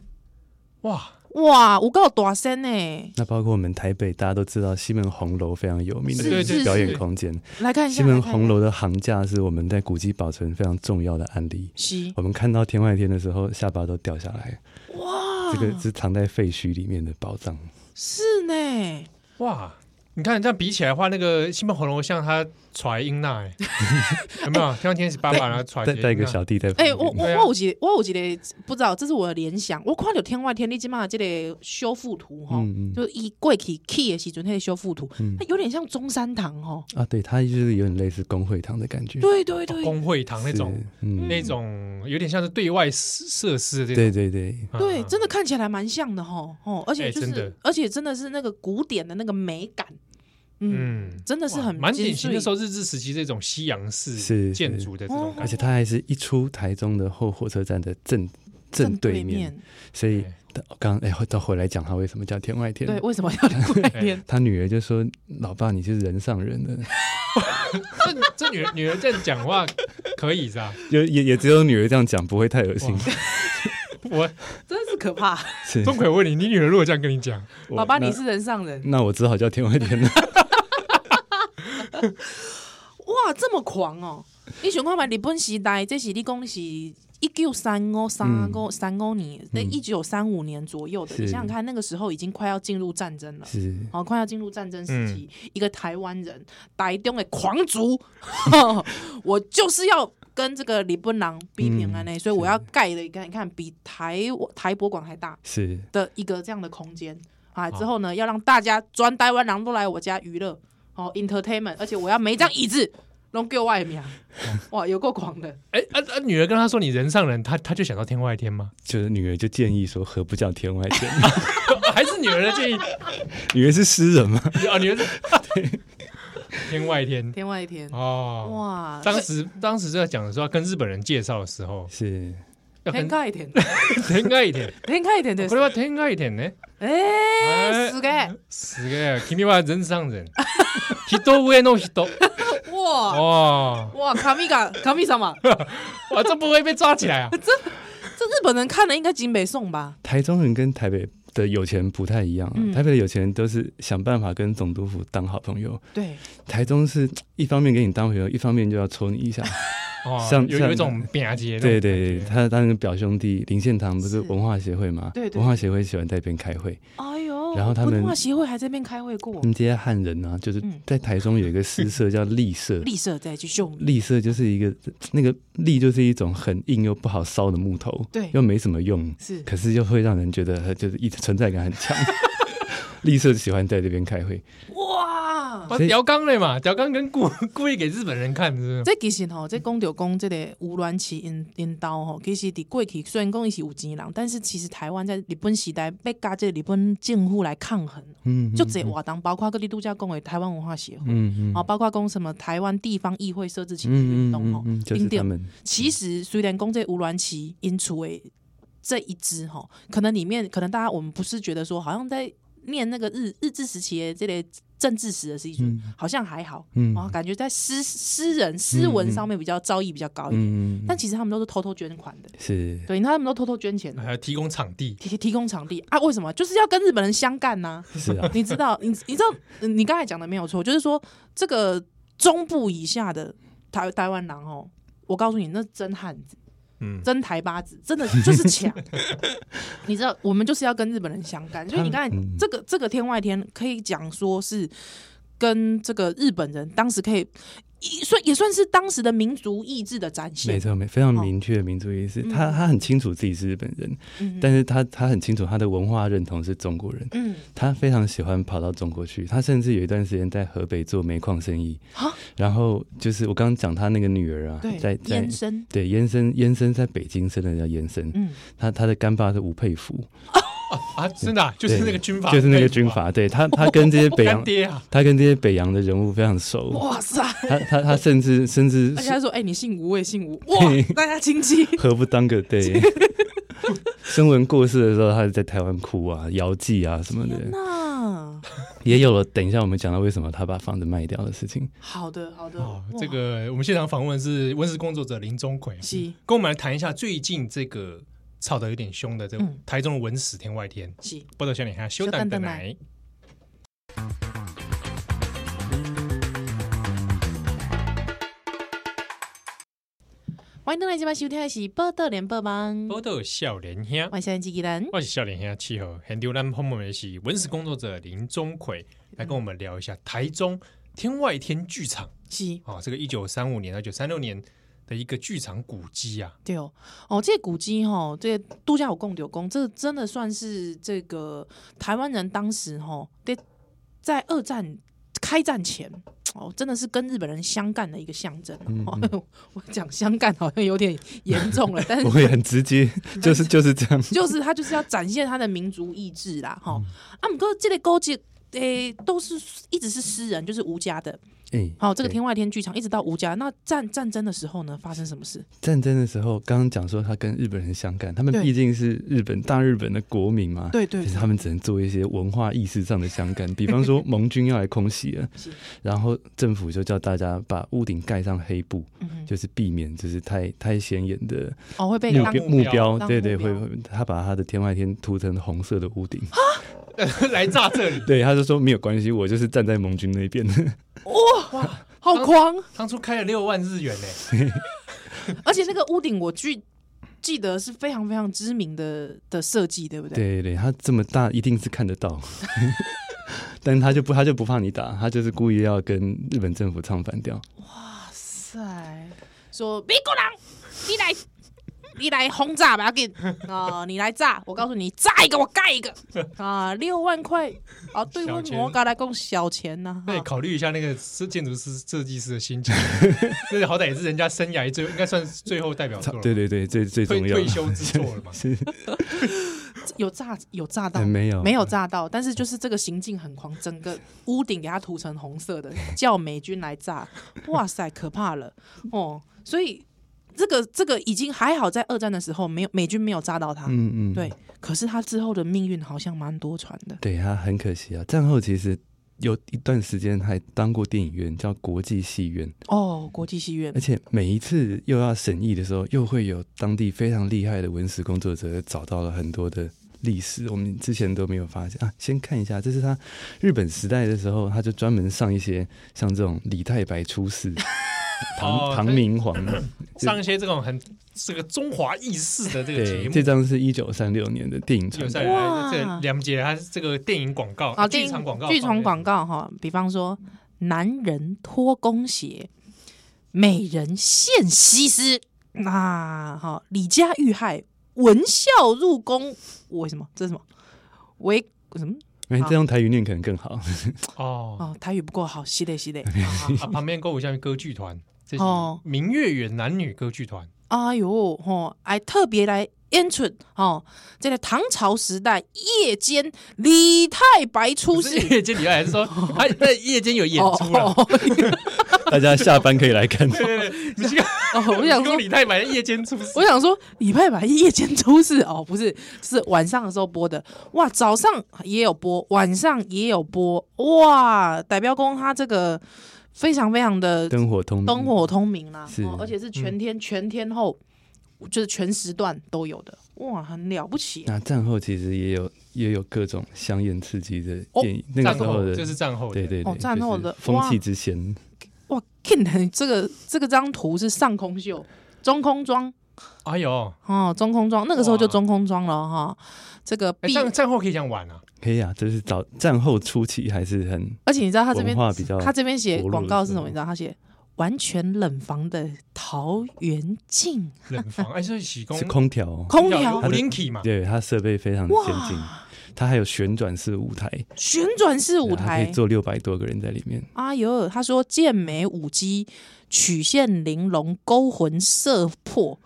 [SPEAKER 2] 哇，
[SPEAKER 1] 哇，有够大声呢！
[SPEAKER 3] 那包括我们台北，大家都知道西门红楼非常有名
[SPEAKER 1] 是对对
[SPEAKER 3] 的
[SPEAKER 1] 是
[SPEAKER 3] 表演
[SPEAKER 2] 是
[SPEAKER 3] 空间。
[SPEAKER 1] 来看一
[SPEAKER 3] 西
[SPEAKER 1] 下，
[SPEAKER 3] 门
[SPEAKER 1] 来看一下
[SPEAKER 3] 红楼的行架是我们在古迹保存非常重要的案例。
[SPEAKER 1] 是
[SPEAKER 3] 我们看到天外天的时候，下巴都掉下来。哇，这个是藏在废墟里面的宝藏。
[SPEAKER 1] 是呢，
[SPEAKER 2] 哇，你看这样比起来的话，那个西门红楼像他揣英娜、欸，有没有？天上天使爸爸然后揣
[SPEAKER 3] 带带一
[SPEAKER 2] 英
[SPEAKER 3] 个
[SPEAKER 2] 娜
[SPEAKER 3] 小弟在旁
[SPEAKER 1] 哎、
[SPEAKER 3] 边
[SPEAKER 1] 我我
[SPEAKER 2] 对啊
[SPEAKER 1] 我有一个我有一个不知道，这是我的联想。我看到天外天地即嘛，这个修复图哈，
[SPEAKER 3] 嗯嗯嗯
[SPEAKER 1] 就是伊过去起的时阵，迄个修复图，它有点像中山堂
[SPEAKER 2] 哦
[SPEAKER 1] 哈。
[SPEAKER 3] 啊，对，它就是有点类似公会堂的感觉。
[SPEAKER 1] 对对对
[SPEAKER 2] 公会堂那
[SPEAKER 3] 是
[SPEAKER 2] 种，
[SPEAKER 3] 嗯，
[SPEAKER 2] 那种有点像是对外设施的这种。
[SPEAKER 3] 对对对，
[SPEAKER 2] 啊
[SPEAKER 1] 对，真的看起来蛮像的哈哦，而且
[SPEAKER 2] 哎
[SPEAKER 1] 就
[SPEAKER 2] 真
[SPEAKER 1] 是、
[SPEAKER 2] 的
[SPEAKER 1] 而且真的是那个古典的那个美感，嗯，
[SPEAKER 2] 嗯，
[SPEAKER 1] 真的是
[SPEAKER 2] 哇
[SPEAKER 1] 很
[SPEAKER 2] 蛮
[SPEAKER 1] 精
[SPEAKER 2] 典型。那
[SPEAKER 1] 髓
[SPEAKER 2] 时候日治时期这种西洋式
[SPEAKER 3] 是
[SPEAKER 2] 建筑的这种感
[SPEAKER 3] 而
[SPEAKER 2] 觉，
[SPEAKER 3] 且它还是一出台中的后火车站的正正对面，所以
[SPEAKER 2] 对
[SPEAKER 3] 刚哎，到回来讲它为什么叫天外天。
[SPEAKER 1] 对，为什么要两鬼
[SPEAKER 2] 哎
[SPEAKER 1] 面？
[SPEAKER 3] 他女儿就说：“老爸，你是人上人的。
[SPEAKER 2] 这这女儿女儿这样讲话可以是吧？”
[SPEAKER 3] 也也也只有女儿这样讲，不会太恶心
[SPEAKER 2] 哇。我
[SPEAKER 1] 真是可怕！
[SPEAKER 3] 是，
[SPEAKER 2] 钟馗问你，你女儿如果这样跟你讲，
[SPEAKER 3] 我
[SPEAKER 1] 爸爸，你是人上人
[SPEAKER 3] 那嗯那我只好叫天外天了。
[SPEAKER 1] 哇，这么狂哦！你想看嘛？日本时代，这是你讲是一九三五、三五、三五年，那一九三五年左右的。
[SPEAKER 3] 嗯是
[SPEAKER 1] 你想想看，那个时候已经快要进入战争了，
[SPEAKER 3] 是，嗯
[SPEAKER 1] 哦，快要进入战争时期，一个台湾人，台中的狂 族，我就是要。跟这个李本郎逼平
[SPEAKER 3] 嗯
[SPEAKER 1] 安呢，所以我要盖的，你看，你看比台台博馆还大，
[SPEAKER 3] 是
[SPEAKER 1] 的一个这样的空间啊。
[SPEAKER 2] 好
[SPEAKER 1] 之后呢，要让大家专台湾人都来我家娱乐，哦，entertainment，而且我要每一张椅子拢给我外面，哇，有够狂的，
[SPEAKER 2] 哎啊啊！女儿跟他说你人上人，他他就想到天外天吗？
[SPEAKER 3] 就是女儿就建议说，何不叫天外天？
[SPEAKER 2] 还是女儿的建议？
[SPEAKER 3] 女儿是诗人吗？
[SPEAKER 2] 啊，女儿是 天外天
[SPEAKER 1] 天外天，
[SPEAKER 2] 哦。
[SPEAKER 1] 哇，哎
[SPEAKER 2] 当时当时在讲的时候，跟日本人介绍的时候，
[SPEAKER 3] 是，
[SPEAKER 2] 要
[SPEAKER 1] 天
[SPEAKER 2] 跟
[SPEAKER 1] 开一点，
[SPEAKER 2] 天外 一点，
[SPEAKER 1] 天开一点的
[SPEAKER 2] こ，れは天外一点ね。
[SPEAKER 1] 哎，
[SPEAKER 2] 哎
[SPEAKER 1] 是的，
[SPEAKER 2] すげえ、君は人上人，人上の人。哦
[SPEAKER 1] 哇。
[SPEAKER 2] 哇
[SPEAKER 1] 哇，卡米卡卡米什么？
[SPEAKER 2] 哇，啊这不会被抓起来啊？
[SPEAKER 1] 这日本人看了应该金北宋吧？
[SPEAKER 3] 台中人跟台北的有钱人不太一样、啊。
[SPEAKER 1] 嗯
[SPEAKER 3] 台北的有钱人都是想办法跟总督府当好朋友，
[SPEAKER 1] 对，
[SPEAKER 3] 台中是一方面给你当朋友，一方面就要抽你 一下。
[SPEAKER 2] 哦，
[SPEAKER 3] 像
[SPEAKER 2] 有
[SPEAKER 3] 像
[SPEAKER 2] 有一种啊边界，
[SPEAKER 3] 对对对，，他他那个表兄弟林献堂不是
[SPEAKER 1] 是
[SPEAKER 3] 文化协会嘛？
[SPEAKER 1] 对对
[SPEAKER 3] 文化协会喜欢在那边开会。
[SPEAKER 1] 哎呦，
[SPEAKER 3] 然后他们
[SPEAKER 1] 文化协会还在那边开会过
[SPEAKER 3] 我，们这些汉人啊，就是
[SPEAKER 1] 嗯
[SPEAKER 3] 在台中有一个诗社叫立 社。
[SPEAKER 1] 立社再去秀米，
[SPEAKER 3] 立社就是一个那个立就是一种很硬又不好烧的木头，
[SPEAKER 1] 对
[SPEAKER 3] 又没什么用，
[SPEAKER 1] 是
[SPEAKER 3] 可是又会让人觉得很就是一存在感很 强。 立社喜欢在这边开会，
[SPEAKER 1] 哇，
[SPEAKER 2] 我
[SPEAKER 3] 所以
[SPEAKER 2] 吊钢嘞嘛，吊钢跟故故意给日本人看，是不是？
[SPEAKER 1] 这其实吼，这讲着讲这个吴銮奇因因兜吼，其实伫过去虽然讲伊是有钱人，但是其实台湾在日本时代要甲这个日本政府来抗衡，
[SPEAKER 3] 嗯，
[SPEAKER 1] 就这活动，包括各地度假讲的台湾文化协会。
[SPEAKER 3] 嗯嗯
[SPEAKER 1] 哦，包括讲什么台湾地方议会设置情绪运
[SPEAKER 3] 嗯嗯
[SPEAKER 1] 动
[SPEAKER 3] 嗯
[SPEAKER 1] 吼，
[SPEAKER 3] 嗯，就是
[SPEAKER 1] 对
[SPEAKER 3] 他们
[SPEAKER 1] 其实虽然讲这吴銮奇因出诶这一支吼，可能里面可能大家我们不是觉得说好像在念那个日日治时期的这类政治史的时期，
[SPEAKER 3] 嗯
[SPEAKER 1] 好像还好，
[SPEAKER 3] 嗯
[SPEAKER 1] 哦，感觉在诗诗人诗文上面比较造诣比较高一点，
[SPEAKER 3] 嗯，嗯
[SPEAKER 1] 但其实他们都是偷偷捐款的，
[SPEAKER 3] 是
[SPEAKER 1] 对，他们都偷偷捐钱的
[SPEAKER 2] 还有提供场地，
[SPEAKER 1] 提提供场地啊？为什么？就是要跟日本人相干呐、
[SPEAKER 3] 是啊，
[SPEAKER 1] 你知道，你你知道，嗯你刚才讲的没有错，就是说这个中部以下的台台湾狼哦，我告诉你，那真汉子。
[SPEAKER 2] 嗯，
[SPEAKER 1] 真台八子，真的就是 强。你知道，我们就是要跟日本人相干，所以你刚才
[SPEAKER 3] 嗯
[SPEAKER 1] 这个这个天外天可以讲说是跟这个日本人当时可以也算也算是当时的民族意志的展
[SPEAKER 3] 没
[SPEAKER 1] 现。
[SPEAKER 3] 错，没非常明确的民族意识。他他很清楚自己是日本人，
[SPEAKER 1] 哦嗯
[SPEAKER 3] 但是他他很清楚他的文化认同是中国人。
[SPEAKER 1] 嗯，
[SPEAKER 3] 他非常喜欢跑到中国去，他甚至有一段时间在河北做煤矿生意
[SPEAKER 1] 啊。
[SPEAKER 3] 然后就是我刚刚讲他那个女儿啊，在
[SPEAKER 1] 对，
[SPEAKER 3] 在
[SPEAKER 1] 延伸，
[SPEAKER 3] 对延伸延伸在北京生的叫延伸，
[SPEAKER 1] 嗯，
[SPEAKER 3] 他他的干爸是吴佩孚，
[SPEAKER 2] 啊，真的啊就是那个军阀，啊
[SPEAKER 3] 就是那个军阀，对他他跟这些北
[SPEAKER 2] 干
[SPEAKER 3] 洋，
[SPEAKER 2] 爹啊，
[SPEAKER 3] 他跟这些北洋的人物非常熟，
[SPEAKER 1] 哇塞！
[SPEAKER 3] 他他他甚至甚至
[SPEAKER 1] 而且他说：“哎、你姓吴，我也姓吴， 哇，大家亲戚。
[SPEAKER 3] 何不当 个对？孙文过世的时候，他是在台湾哭啊、摇祭啊什么的，
[SPEAKER 1] 那
[SPEAKER 3] 也有了。等一下我们讲到为什么他把房子卖掉的 事情。
[SPEAKER 1] 好的，好的，
[SPEAKER 2] 哦，
[SPEAKER 1] 哇
[SPEAKER 2] 这个我们现场访问是温室工作者林钟奎，嗯
[SPEAKER 1] 是
[SPEAKER 2] 跟我们来谈一下最近这个吵得有点凶的这个
[SPEAKER 1] 嗯
[SPEAKER 2] 台中的文史天外天，
[SPEAKER 1] 是
[SPEAKER 2] 报道小你看修
[SPEAKER 1] 修
[SPEAKER 2] 蛋
[SPEAKER 1] 蛋
[SPEAKER 2] 的
[SPEAKER 1] 蛋
[SPEAKER 2] 奶。
[SPEAKER 1] 欢迎回来今晚收听的是《报道联播网》，
[SPEAKER 2] 报道笑脸兄，
[SPEAKER 1] 我是安吉吉人。
[SPEAKER 2] 我是笑脸兄气候，很丢咱碰我们的是文史工作者林钟奎来跟我们聊一下台中天外天剧场
[SPEAKER 1] 是
[SPEAKER 2] 啊、哦，这个一九三五年到一九三六年的一个剧场古迹啊，
[SPEAKER 1] 对哦，哦，这个古迹哈、哦，这个度假有供有供，这真的算是这个台湾人当时哈、哦，在在二战开战前哦，真的是跟日本人相干的一个象征、哦。
[SPEAKER 3] 嗯
[SPEAKER 1] 我讲相干好像有点严重了，但是
[SPEAKER 3] 我也很 直接，就是就是这样。
[SPEAKER 1] 就是他就是要展现他的民族意志啦，
[SPEAKER 3] 嗯
[SPEAKER 1] 哈、啊，姆哥这类勾结。诶、都是一直是私人，就是吴家的。
[SPEAKER 3] 哎，
[SPEAKER 1] 好、这个
[SPEAKER 3] 对
[SPEAKER 1] 天外天剧场一直到吴家。那战战争的时候呢，发生什么事？
[SPEAKER 3] 战争的时候，刚刚讲说他跟日本人相干，他们
[SPEAKER 1] 对
[SPEAKER 3] 毕竟是日本大日本的国民嘛，
[SPEAKER 1] 对对
[SPEAKER 3] 就是他们只能做一些文化意识上的相干，比方说盟军要来空袭了
[SPEAKER 1] 是，
[SPEAKER 3] 然后政府就叫大家把屋顶盖上黑布，
[SPEAKER 1] 嗯哼，
[SPEAKER 3] 就是避免就是太太显眼的
[SPEAKER 1] 哦，会被
[SPEAKER 3] 目
[SPEAKER 1] 当
[SPEAKER 3] 标
[SPEAKER 2] 目
[SPEAKER 3] 目
[SPEAKER 2] 标
[SPEAKER 3] 标，
[SPEAKER 1] 当
[SPEAKER 3] 对对，
[SPEAKER 1] 目
[SPEAKER 3] 会
[SPEAKER 1] 标
[SPEAKER 3] 会，他把他的天外天涂成红色的屋顶，
[SPEAKER 2] 来炸这里。
[SPEAKER 3] 对，他就说没有关系，我就是站在盟军那边，
[SPEAKER 1] 好狂，
[SPEAKER 2] 当初开了六万日元呢、
[SPEAKER 1] 而且那个屋顶，我记记得是非常非常知名的的设计，对不对？
[SPEAKER 3] 对对对，他这么大一定是看得到。 但他就不，他就不怕你打，他就是故意要跟日本政府唱反调。
[SPEAKER 1] 哇塞，说美国人，你来， 你来轰炸吧，要给啊，你来炸，我告诉你，炸一个我盖一个啊，六万块啊，对
[SPEAKER 2] 小
[SPEAKER 1] 我
[SPEAKER 2] 钱
[SPEAKER 1] 我刚来讲小钱呐、
[SPEAKER 2] 那
[SPEAKER 1] 哈
[SPEAKER 2] 得考虑一下那个设建筑师、设计师的心情，那好歹也是人家生涯最应该算是最后代表作了，
[SPEAKER 3] 对对对，最最
[SPEAKER 2] 退
[SPEAKER 3] 重要。
[SPEAKER 2] 退休之作了嘛
[SPEAKER 3] 是、
[SPEAKER 1] 有炸有炸到
[SPEAKER 3] 哎、。没有
[SPEAKER 1] 没有炸到，但是就是这个行径很狂，整个屋顶给它涂成红色的，叫美军来炸，哇塞，可怕了哦！所以这个这个已经还好，在二战的时候没有美军没有炸到他，
[SPEAKER 3] 嗯嗯，
[SPEAKER 1] 对。可是他之后的命运好像蛮多舛的，
[SPEAKER 3] 对他很可惜啊。战后其实有一段时间还当过电影院，叫国际戏院，
[SPEAKER 1] 哦，国际戏院
[SPEAKER 3] 而且每一次又要审议的时候，又会有当地非常厉害的文史工作者找到了很多的。历史我们之前都没有发现啊，先看一下，这是他日本时代的时候，他就专门上一些像这种李太白 出世、
[SPEAKER 2] 哦
[SPEAKER 3] 唐唐
[SPEAKER 2] 对
[SPEAKER 3] 明皇，
[SPEAKER 2] 上一些这种很这个中华意识的这个节
[SPEAKER 3] 对，
[SPEAKER 2] 目，
[SPEAKER 3] 这张是一九三六年的电影
[SPEAKER 2] 有
[SPEAKER 3] 传
[SPEAKER 2] 在
[SPEAKER 1] 哇
[SPEAKER 2] 这梁杰他这个电影广告、
[SPEAKER 1] 啊，
[SPEAKER 2] 剧场广告、
[SPEAKER 1] 剧场广告哈，比方说男人脱弓鞋，美人现西施，那哈李家遇害，闻孝入宫，为什么？这是什么？为什么？
[SPEAKER 3] 哎、这张台语念可能更好。
[SPEAKER 2] 哦。
[SPEAKER 1] 哦，台语不够好，系列 系列。
[SPEAKER 2] 啊，旁边跟我像歌剧团，这是
[SPEAKER 1] 哦
[SPEAKER 2] 明月远男女歌剧团，
[SPEAKER 1] 哎呦，吼、还特别来演出哦，这个唐朝时代夜间李太白出
[SPEAKER 2] 不
[SPEAKER 1] 世
[SPEAKER 2] 是。夜间里面还是说他在夜间有演出啊了
[SPEAKER 1] 哦。哦
[SPEAKER 3] 大家下班可以 来看。
[SPEAKER 2] 对对对，你是个
[SPEAKER 1] 哦我想说
[SPEAKER 2] 李太白夜间出世
[SPEAKER 1] 我想说，礼拜白夜间出事哦，不是，是晚上的时候播的。哇，早上也有播，晚上也有播。哇，代表公他这个非常非常的
[SPEAKER 3] 灯火通明，
[SPEAKER 1] 灯火通明啦、
[SPEAKER 3] 是嗯
[SPEAKER 1] 哦，而且是全天、全天候，就是全时段都有的。哇，很了不起、啊
[SPEAKER 3] 那战后其实也有也有各种香艳刺激的电影，那个
[SPEAKER 2] 哦战
[SPEAKER 3] 时候
[SPEAKER 2] 后
[SPEAKER 3] 的
[SPEAKER 2] 就是战后的，
[SPEAKER 3] 对对对，
[SPEAKER 1] 哦战后的
[SPEAKER 3] 就是风气之先，
[SPEAKER 1] 哇 k i n 这个这个张图是上空秀、中空装
[SPEAKER 2] 哎呦，
[SPEAKER 1] 哦，中空装那个时候就
[SPEAKER 2] 哇
[SPEAKER 1] 中空装了哈、这个
[SPEAKER 2] 哎
[SPEAKER 1] 壁，
[SPEAKER 2] 战战后可以讲晚啊，
[SPEAKER 3] 可以啊，这是早战后初期还是很
[SPEAKER 1] 而且你知道他这边
[SPEAKER 3] 文化比较
[SPEAKER 1] 他这边写
[SPEAKER 3] 活络
[SPEAKER 1] 广
[SPEAKER 3] 的
[SPEAKER 1] 告
[SPEAKER 3] 时
[SPEAKER 1] 是什么？
[SPEAKER 3] 候
[SPEAKER 1] 你知道他写完全冷房的桃源镜
[SPEAKER 2] 冷房，哎，所以喜功
[SPEAKER 3] 是空调哦，
[SPEAKER 1] 空调
[SPEAKER 2] 有，零 key 嘛，
[SPEAKER 3] 对，它设备非常的先进，它还有旋转式舞台，
[SPEAKER 1] 旋转式舞
[SPEAKER 3] 对它可
[SPEAKER 1] 台
[SPEAKER 3] 以。坐六百多个人在里面。
[SPEAKER 1] 哎呦，他说健美舞姬，曲线玲珑，勾魂摄魄，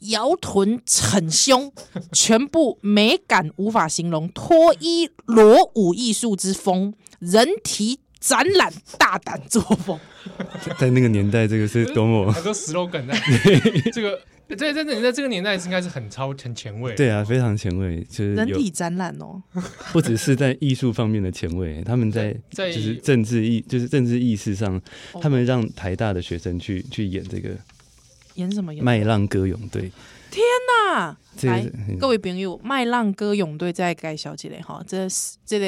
[SPEAKER 1] 摇臀逞胸，全部美感无法形容，脱衣裸舞艺术之风，人体展览大胆作风。
[SPEAKER 3] 在那个年代，这个是 多么
[SPEAKER 2] 很多 slogan 在 这个。在在在在这个年代应该是很超很前卫，
[SPEAKER 3] 对啊，非常前卫，就是
[SPEAKER 1] 人
[SPEAKER 3] 有
[SPEAKER 1] 体展览哦，
[SPEAKER 3] 不只是在艺术方面的前卫，他们在
[SPEAKER 2] 在
[SPEAKER 3] 就是政治意就是政治意识上，
[SPEAKER 1] 哦
[SPEAKER 3] 他们让台大的学生去去演这个
[SPEAKER 1] 演什么演？啊
[SPEAKER 3] 麦浪歌咏队，
[SPEAKER 1] 那
[SPEAKER 3] 这个
[SPEAKER 1] 来
[SPEAKER 3] 是很
[SPEAKER 1] 各位朋友，麦浪歌咏队再介绍一下哈，这是这个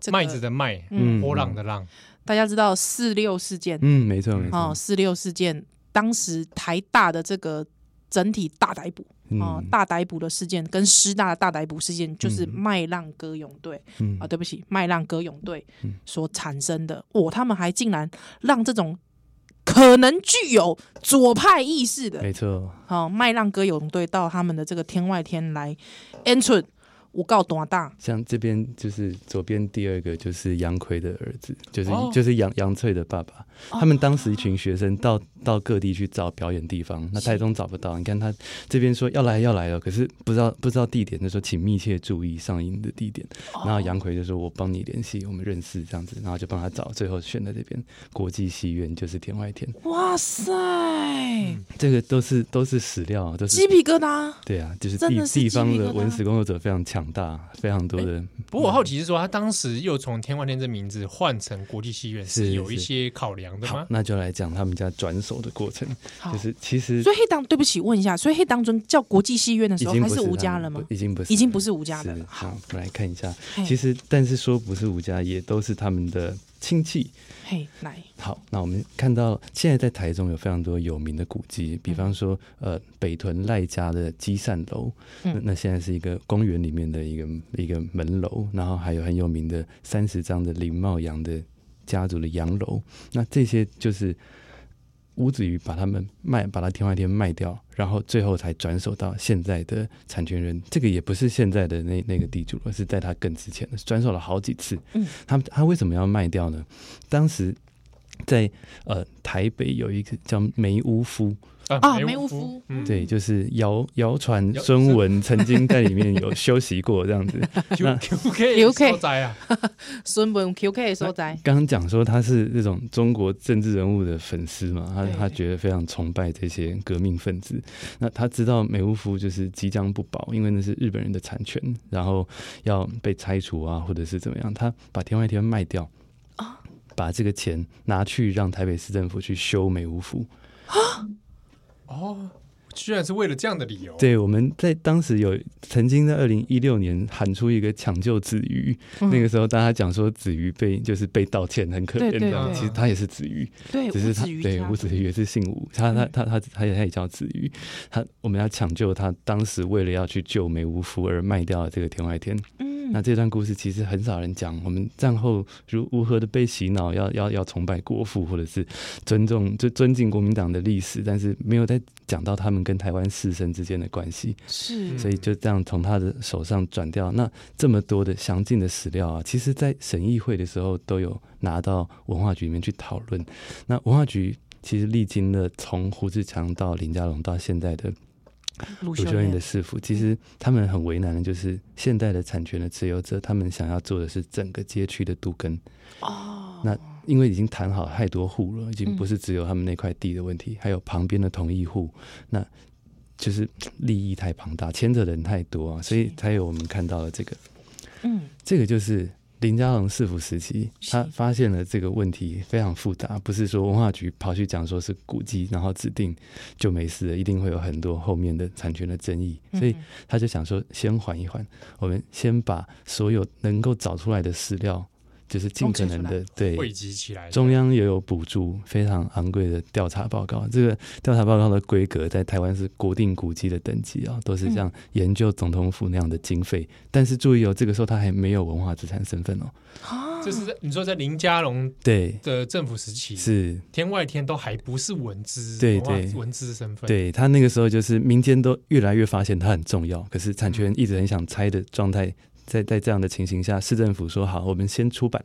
[SPEAKER 1] 这个
[SPEAKER 2] 麦子的麦，
[SPEAKER 3] 嗯
[SPEAKER 2] 波浪的浪，
[SPEAKER 1] 大家知道四六事件
[SPEAKER 3] 嗯，没错没
[SPEAKER 1] 哦，
[SPEAKER 3] 错，
[SPEAKER 1] 四六事件当时台大的这个整体大逮捕哦
[SPEAKER 3] 嗯，
[SPEAKER 1] 大逮捕的事件跟师大的大逮捕事件，就是麦浪歌咏队
[SPEAKER 3] 嗯
[SPEAKER 1] 啊，对不起，麦浪歌咏队
[SPEAKER 3] 嗯
[SPEAKER 1] 所产生的。哦，他们还竟然让这种可能具有左派意识的
[SPEAKER 3] 没错，
[SPEAKER 1] 哦，麦浪歌咏队到他们的这个天外天来 entry，我告多大
[SPEAKER 3] 像这边就是左边第二个就是杨奎的儿子，就是、
[SPEAKER 2] 哦
[SPEAKER 3] 就是杨杨翠的爸爸。
[SPEAKER 1] 哦
[SPEAKER 3] 他们当时一群学生到到各地去找表演地方，那台中找不到。你看他这边说要来要来了，可是不知道不知道地点，就说请密切注意上映的地点。
[SPEAKER 1] 哦
[SPEAKER 3] 然后杨奎就说：“我帮你联系，我们认识这样子。”然后就帮他找，最后选在这边国际戏院，就是天外天。
[SPEAKER 1] 哇塞，
[SPEAKER 3] 这个都是都是史料啊，都嗯是
[SPEAKER 1] 鸡皮疙瘩。
[SPEAKER 3] 对啊，就是
[SPEAKER 1] 真
[SPEAKER 3] 地
[SPEAKER 1] 的是
[SPEAKER 3] 地方
[SPEAKER 1] 鸡皮疙
[SPEAKER 3] 的
[SPEAKER 1] 瘩
[SPEAKER 3] 文史工作者非常强大，非常多的。
[SPEAKER 2] 不过我好奇是说，他当时又从天外天这名字换成国际戏院，
[SPEAKER 3] 是
[SPEAKER 2] 是有一
[SPEAKER 3] 是
[SPEAKER 2] 些考量的
[SPEAKER 3] 好
[SPEAKER 2] 吗，？
[SPEAKER 3] 那就来讲他们家转手的过程。
[SPEAKER 1] 好
[SPEAKER 3] 就是其实
[SPEAKER 1] 所以黑当，对不起，问一下，所以黑当中叫国际戏院的
[SPEAKER 3] 已
[SPEAKER 1] 时候，
[SPEAKER 3] 经
[SPEAKER 1] 还
[SPEAKER 3] 不是
[SPEAKER 1] 吴家
[SPEAKER 3] 他们
[SPEAKER 1] 了吗
[SPEAKER 3] 不？已经不是，
[SPEAKER 1] 已经不是吴家的了。
[SPEAKER 3] 好，我们来看一下。
[SPEAKER 1] 嘿
[SPEAKER 3] 其实，但是说不是吴家，也都是他们的亲戚。
[SPEAKER 1] 嘿，来，
[SPEAKER 3] 好，那我们看到现在在台中有非常多有名的古迹，比方说，呃，北屯赖家的积善楼，那那现在是一个公园里面的一个一个门楼，然后还有很有名的三十张的林茂阳的家族的洋楼，那这些就是吴子瑜把他们卖，把它天外天卖掉，然后最后才转手到现在的产权人。这个也不是现在的那那个地主了，是在他更之前的，转手了好几次。
[SPEAKER 1] 嗯，
[SPEAKER 3] 他他为什么要卖掉呢？当时在呃台北有一个叫梅屋夫，
[SPEAKER 1] 啊
[SPEAKER 2] 梅
[SPEAKER 1] 梅
[SPEAKER 2] 屋
[SPEAKER 1] 屋
[SPEAKER 2] 夫
[SPEAKER 1] 夫，
[SPEAKER 2] 嗯，
[SPEAKER 3] 对，就是谣谣传
[SPEAKER 2] 谣
[SPEAKER 3] 孙文曾经在里面有休息过这样子。
[SPEAKER 2] Q Q K
[SPEAKER 1] Q K
[SPEAKER 2] 宅啊，
[SPEAKER 1] 孙文 QK 的所在，
[SPEAKER 3] 刚刚讲说他是这种中国政治人物的粉丝嘛，他
[SPEAKER 1] 对
[SPEAKER 3] 他觉得非常崇拜这些革命分子。那他知道美屋夫就是即将不保，因为那是日本人的产权，然后要被拆除啊，或者是怎么样，他把天外天卖掉把这个钱拿去让台北市政府去修美屋夫。
[SPEAKER 2] 哦，居然是为了这样的理由，
[SPEAKER 3] 对，我们在当时有曾经在二零一六年喊出一个抢救子瑜，
[SPEAKER 1] 嗯
[SPEAKER 3] 那个时候大家讲说子瑜被就是被道歉很可
[SPEAKER 1] 对
[SPEAKER 3] 怜
[SPEAKER 1] 对
[SPEAKER 3] 的，
[SPEAKER 2] 对
[SPEAKER 3] 其实他也是子瑜。
[SPEAKER 1] 对，
[SPEAKER 3] 只是他
[SPEAKER 1] 吴子瑜
[SPEAKER 3] 对
[SPEAKER 1] 家嗯
[SPEAKER 3] 吴子瑜也是姓吴，他他他他他也他也叫子瑜，他我们要抢救他，当时为了要去救梅屋夫而卖掉了这个天外天。
[SPEAKER 1] 嗯，
[SPEAKER 3] 那这段故事其实很少人讲，我们战后如如何的被洗脑，要要要崇拜国父或者是尊重就尊敬国民党的历史，但是没有在讲到他们跟台湾士绅之间的关系。
[SPEAKER 1] 是
[SPEAKER 3] 所以就这样从他的手上转掉。那这么多的详尽的史料啊，其实在审议会的时候都有拿到文化局里面去讨论。那文化局其实历经了从胡志强到林家龙到现在的
[SPEAKER 1] 鲁
[SPEAKER 3] 鲁
[SPEAKER 1] 秀
[SPEAKER 3] 修院
[SPEAKER 1] 燕
[SPEAKER 3] 的市府，其实他们很为难的就是现代的产权的持有者，他们想要做的是整个街区的都根。
[SPEAKER 1] 哦，
[SPEAKER 3] 那因为已经谈好太多户了，已经
[SPEAKER 1] 嗯
[SPEAKER 3] 不是只有他们那块地的问题，还有旁边的同意户，那就是利益太庞大，牵扯的人太多啊，所以才有我们看到了这个，
[SPEAKER 1] 嗯，
[SPEAKER 3] 这个就是。林佳龙市府时期，他
[SPEAKER 1] 是
[SPEAKER 3] 发现了这个问题非常复杂，不是说文化局跑去讲说是古迹，然后指定就没事了，一定会有很多后面的产权的争议，所以
[SPEAKER 1] 嗯
[SPEAKER 3] 他就想说，先缓一缓，我们先把所有能够找出来的史料，就是尽可能
[SPEAKER 1] 贡
[SPEAKER 3] 的对
[SPEAKER 2] 汇集起来的，
[SPEAKER 3] 中央也有补助，非常昂贵的调查报告。这个调查报告的规格在台湾是国定古迹的等级啊、都是像研究总统府那样的经费。但是注意哦，这个时候它还没有文化资产身份哦。
[SPEAKER 1] 啊，
[SPEAKER 2] 这是在你说在林佳龙
[SPEAKER 3] 对，
[SPEAKER 2] 的政府时期，
[SPEAKER 3] 是，
[SPEAKER 2] 天外天都还不是文资，
[SPEAKER 3] 对
[SPEAKER 2] 文化
[SPEAKER 3] 对
[SPEAKER 2] 文资身份，
[SPEAKER 3] 对他那个时候就是民间都越来越发现它很重要，可是产权一直很想拆的状态。在在这样的情形下，市政府说好，我们先出版，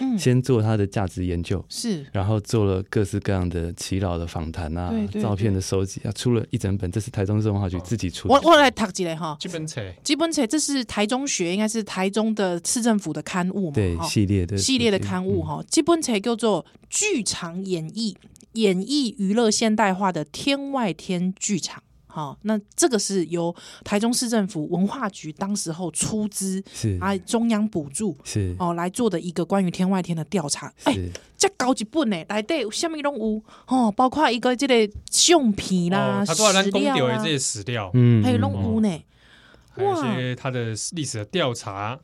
[SPEAKER 1] 嗯
[SPEAKER 3] 先做它的价值研究，
[SPEAKER 1] 是
[SPEAKER 3] 然后做了各式各样的祈老的访谈啊
[SPEAKER 1] 对、对
[SPEAKER 3] 照片的收集啊，出了一整本，这是台中市文化局自己出
[SPEAKER 1] 我
[SPEAKER 3] 的。
[SPEAKER 1] 我来读一下哈。
[SPEAKER 2] 基本册
[SPEAKER 1] 基本册这是台中学，应该是台中的市政府的刊物嘛，
[SPEAKER 3] 对嗯
[SPEAKER 1] 哈
[SPEAKER 3] 系列的
[SPEAKER 1] 哦系列的刊物哈。基本册叫做《剧场演绎演绎娱乐现代化的天外天剧场》。好，那这个是由台中市政府文化局当时候出资
[SPEAKER 3] 是
[SPEAKER 1] 啊，中央补助
[SPEAKER 3] 嗯是
[SPEAKER 1] 哦来做的一个关于天外天的调查。哎，
[SPEAKER 3] 是
[SPEAKER 1] 这高一本呢，来对下面拢有哦，包括一个这个相片啦、
[SPEAKER 2] 哦，他
[SPEAKER 1] 史
[SPEAKER 2] 都要咱公
[SPEAKER 1] 料
[SPEAKER 2] 丢的
[SPEAKER 1] 啊
[SPEAKER 2] 这，些史料，
[SPEAKER 3] 嗯
[SPEAKER 1] 还有
[SPEAKER 3] 嗯
[SPEAKER 1] 拢有呢。
[SPEAKER 2] 还有一些他的历史的调查，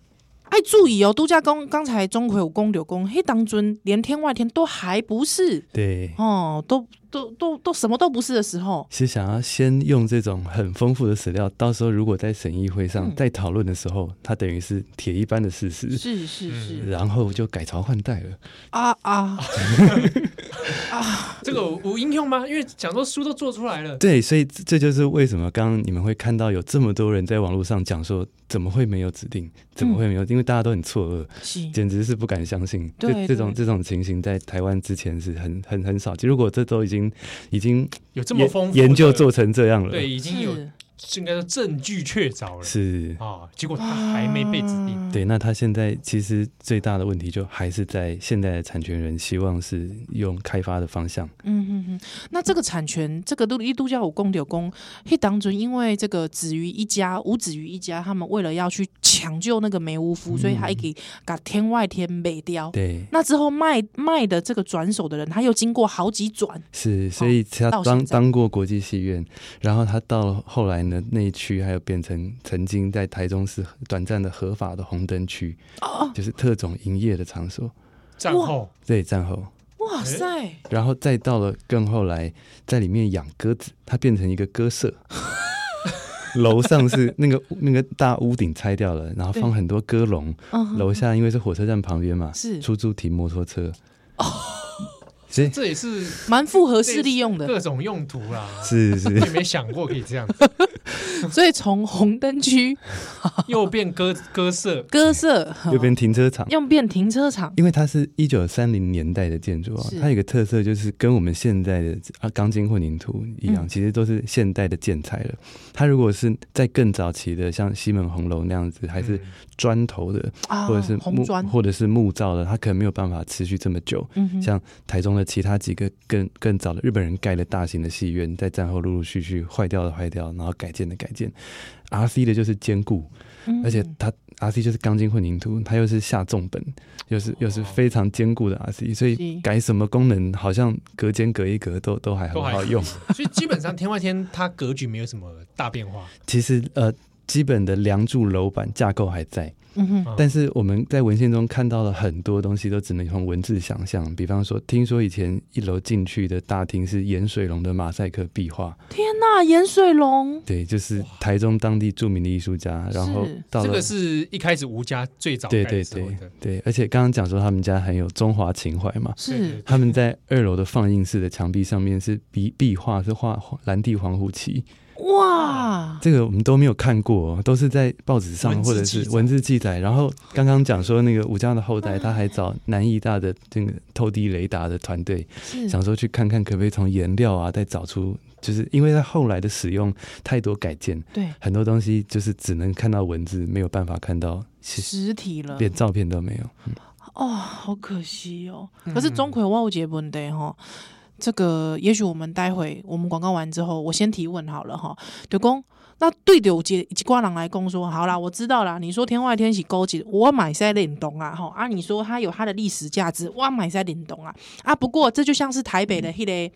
[SPEAKER 1] 哎，注意哦，度假公刚才钟馗有公柳公，嘿，当尊连天外天都还不是
[SPEAKER 3] 嗯对，
[SPEAKER 1] 哦，都都都都什么都不是的时候，
[SPEAKER 3] 是想要先用这种很丰富的史料，到时候如果在审议会上
[SPEAKER 1] 嗯
[SPEAKER 3] 在讨论的时候，它等于是铁一般的事实，
[SPEAKER 1] 是是是
[SPEAKER 3] 然后就改朝换代了。
[SPEAKER 1] 啊啊，
[SPEAKER 2] 这个有有应用吗？因为讲说书都做出来了，
[SPEAKER 3] 对，所以这这就是为什么刚刚你们会看到有这么多人在网络上讲说，怎么会没有指定？怎
[SPEAKER 1] 嗯
[SPEAKER 3] 么会没有？因为大家都很错愕，
[SPEAKER 1] 是
[SPEAKER 3] 简直是不敢相信。
[SPEAKER 1] 对
[SPEAKER 3] 这这种
[SPEAKER 1] 对
[SPEAKER 3] 这种情形在台湾之前是很很很少。如果这都已经已经
[SPEAKER 2] 有这么
[SPEAKER 3] 研
[SPEAKER 2] 丰富的
[SPEAKER 3] 研究做成这样了，
[SPEAKER 2] 对，已经有
[SPEAKER 1] 是
[SPEAKER 2] 应该说证据确凿了
[SPEAKER 3] 是，
[SPEAKER 2] 啊，结果他还没被指定，
[SPEAKER 1] 啊
[SPEAKER 3] 对。那他现在其实最大的问题就还是在现在的产权人希望是用开发的方向。
[SPEAKER 2] 哦
[SPEAKER 1] 嗯嗯嗯，那这个产权，这个都一度叫武功柳公，嘿当尊，因为这个子瑜一家、吴子瑜一家，他们为了要去抢救那个梅屋夫，所以还给把天外天卖掉。
[SPEAKER 3] 对，
[SPEAKER 1] 那之后卖卖的这个转手的人，他又经过好几转，
[SPEAKER 3] 是，所
[SPEAKER 2] 哦
[SPEAKER 3] 以他
[SPEAKER 1] 到
[SPEAKER 3] 当
[SPEAKER 1] 现在
[SPEAKER 3] 当过国际戏院，然后他到了后来呢，那一区还有变成曾经在台中市短暂的合法的红灯区，
[SPEAKER 2] 哦
[SPEAKER 3] 就是特种营业的场所。
[SPEAKER 2] 战后
[SPEAKER 3] 对，战后，
[SPEAKER 1] 哇塞！
[SPEAKER 3] 然后再到了更后来，在里面养鸽子，它变成一个鸽舍。楼上是那个那个大屋顶拆掉了，然后
[SPEAKER 1] 对
[SPEAKER 3] 放很多鸽笼。
[SPEAKER 1] 嗯
[SPEAKER 3] 楼下因为是火车站旁边嘛，
[SPEAKER 1] 是哦
[SPEAKER 3] 出租停摩托车。所以
[SPEAKER 2] 这也是
[SPEAKER 1] 蛮复合式利用的，
[SPEAKER 2] 各种用途啦。
[SPEAKER 3] 是是
[SPEAKER 2] 我也没想过可以这样子，
[SPEAKER 1] 所以从红灯区
[SPEAKER 2] 又变鸽鸽舍，
[SPEAKER 1] 鸽舍
[SPEAKER 3] 右边停车场，
[SPEAKER 1] 用变停车场，
[SPEAKER 3] 因为它是一九三零年代的建筑啊
[SPEAKER 1] 是，
[SPEAKER 3] 它有一个特色就是跟我们现在的啊钢筋混凝土一样，
[SPEAKER 1] 嗯
[SPEAKER 3] 其实都是现代的建材了。它如果是在更早期的，像西门红楼那样子，还是
[SPEAKER 2] 嗯
[SPEAKER 3] 砖头的，
[SPEAKER 1] 啊
[SPEAKER 3] 或者是
[SPEAKER 1] 红
[SPEAKER 3] 木
[SPEAKER 1] 砖，
[SPEAKER 3] 或者是木造的，它可能没有办法持续这么久。
[SPEAKER 1] 嗯哼，
[SPEAKER 3] 像台中的其他几个更更早的日本人盖的大型的戏院，在战后陆陆续续坏掉的坏掉，然后改建的改建，RC 的就是坚固，
[SPEAKER 1] 嗯
[SPEAKER 3] 而且它 RC 就是钢筋混凝土，它又是下重本，又是
[SPEAKER 2] 哦
[SPEAKER 3] 又是非常坚固的 RC，所以
[SPEAKER 1] 是
[SPEAKER 3] 改什么功能好像隔间隔一隔都都还很
[SPEAKER 2] 都还
[SPEAKER 3] 好
[SPEAKER 2] 可以
[SPEAKER 3] 用。
[SPEAKER 2] 所以基本上天外天它格局没有什么大变化，
[SPEAKER 3] 其实呃，基本的梁柱楼板架构还在，
[SPEAKER 1] 嗯
[SPEAKER 2] 嗯
[SPEAKER 1] 哼，
[SPEAKER 3] 但是我们在文献中看到了很多东西，都只能从文字想象。比方说，听说以前一楼进去的大厅是盐水龙的马赛克壁画，
[SPEAKER 1] 天呐，盐水龙
[SPEAKER 3] 对，就是台中当地著名的艺术家，然后
[SPEAKER 1] 是
[SPEAKER 3] 到
[SPEAKER 2] 这
[SPEAKER 3] 了
[SPEAKER 2] 个是一开始吴家最早
[SPEAKER 3] 对
[SPEAKER 2] 盖
[SPEAKER 3] 对
[SPEAKER 2] 的时候
[SPEAKER 3] 对
[SPEAKER 2] 的，
[SPEAKER 3] 对，而且刚刚讲说他们家很有中华情怀 嘛，
[SPEAKER 2] 对对
[SPEAKER 1] 是
[SPEAKER 2] 对
[SPEAKER 3] 他们在二楼的放映室的墙壁上面是壁壁画，是画蓝地黄虎旗，
[SPEAKER 1] 哇，
[SPEAKER 3] 这个我们都没有看过、哦，都是在报纸上
[SPEAKER 2] 文字
[SPEAKER 3] 或者
[SPEAKER 2] 记
[SPEAKER 3] 是
[SPEAKER 2] 载
[SPEAKER 3] 文字记载。然后刚刚讲说那个武家的后代，他 还找南艺大的这个透地雷达的团队，
[SPEAKER 1] 是
[SPEAKER 3] 想说去看看可不可以从颜料啊再找出，就是因为在后来的使用太多改建，
[SPEAKER 1] 对
[SPEAKER 3] 很多东西就是只能看到文字，没有办法看到，其实
[SPEAKER 1] 实体了，
[SPEAKER 3] 连照片都没有。
[SPEAKER 1] 哦，好可惜哦。
[SPEAKER 3] 嗯
[SPEAKER 1] 可是钟馗我有一个问题哈，这个也许我们待会我们广告完之后，我先提问好了哈。就公，那对着有一一挂人来讲说，好啦，我知道啦，你说天外天喜勾结，我买在冷冻啊哈啊，你说
[SPEAKER 3] 嗯
[SPEAKER 1] 它有它的历史价值，我买在冷冻啊啊。不过这就像是台北的迄、个。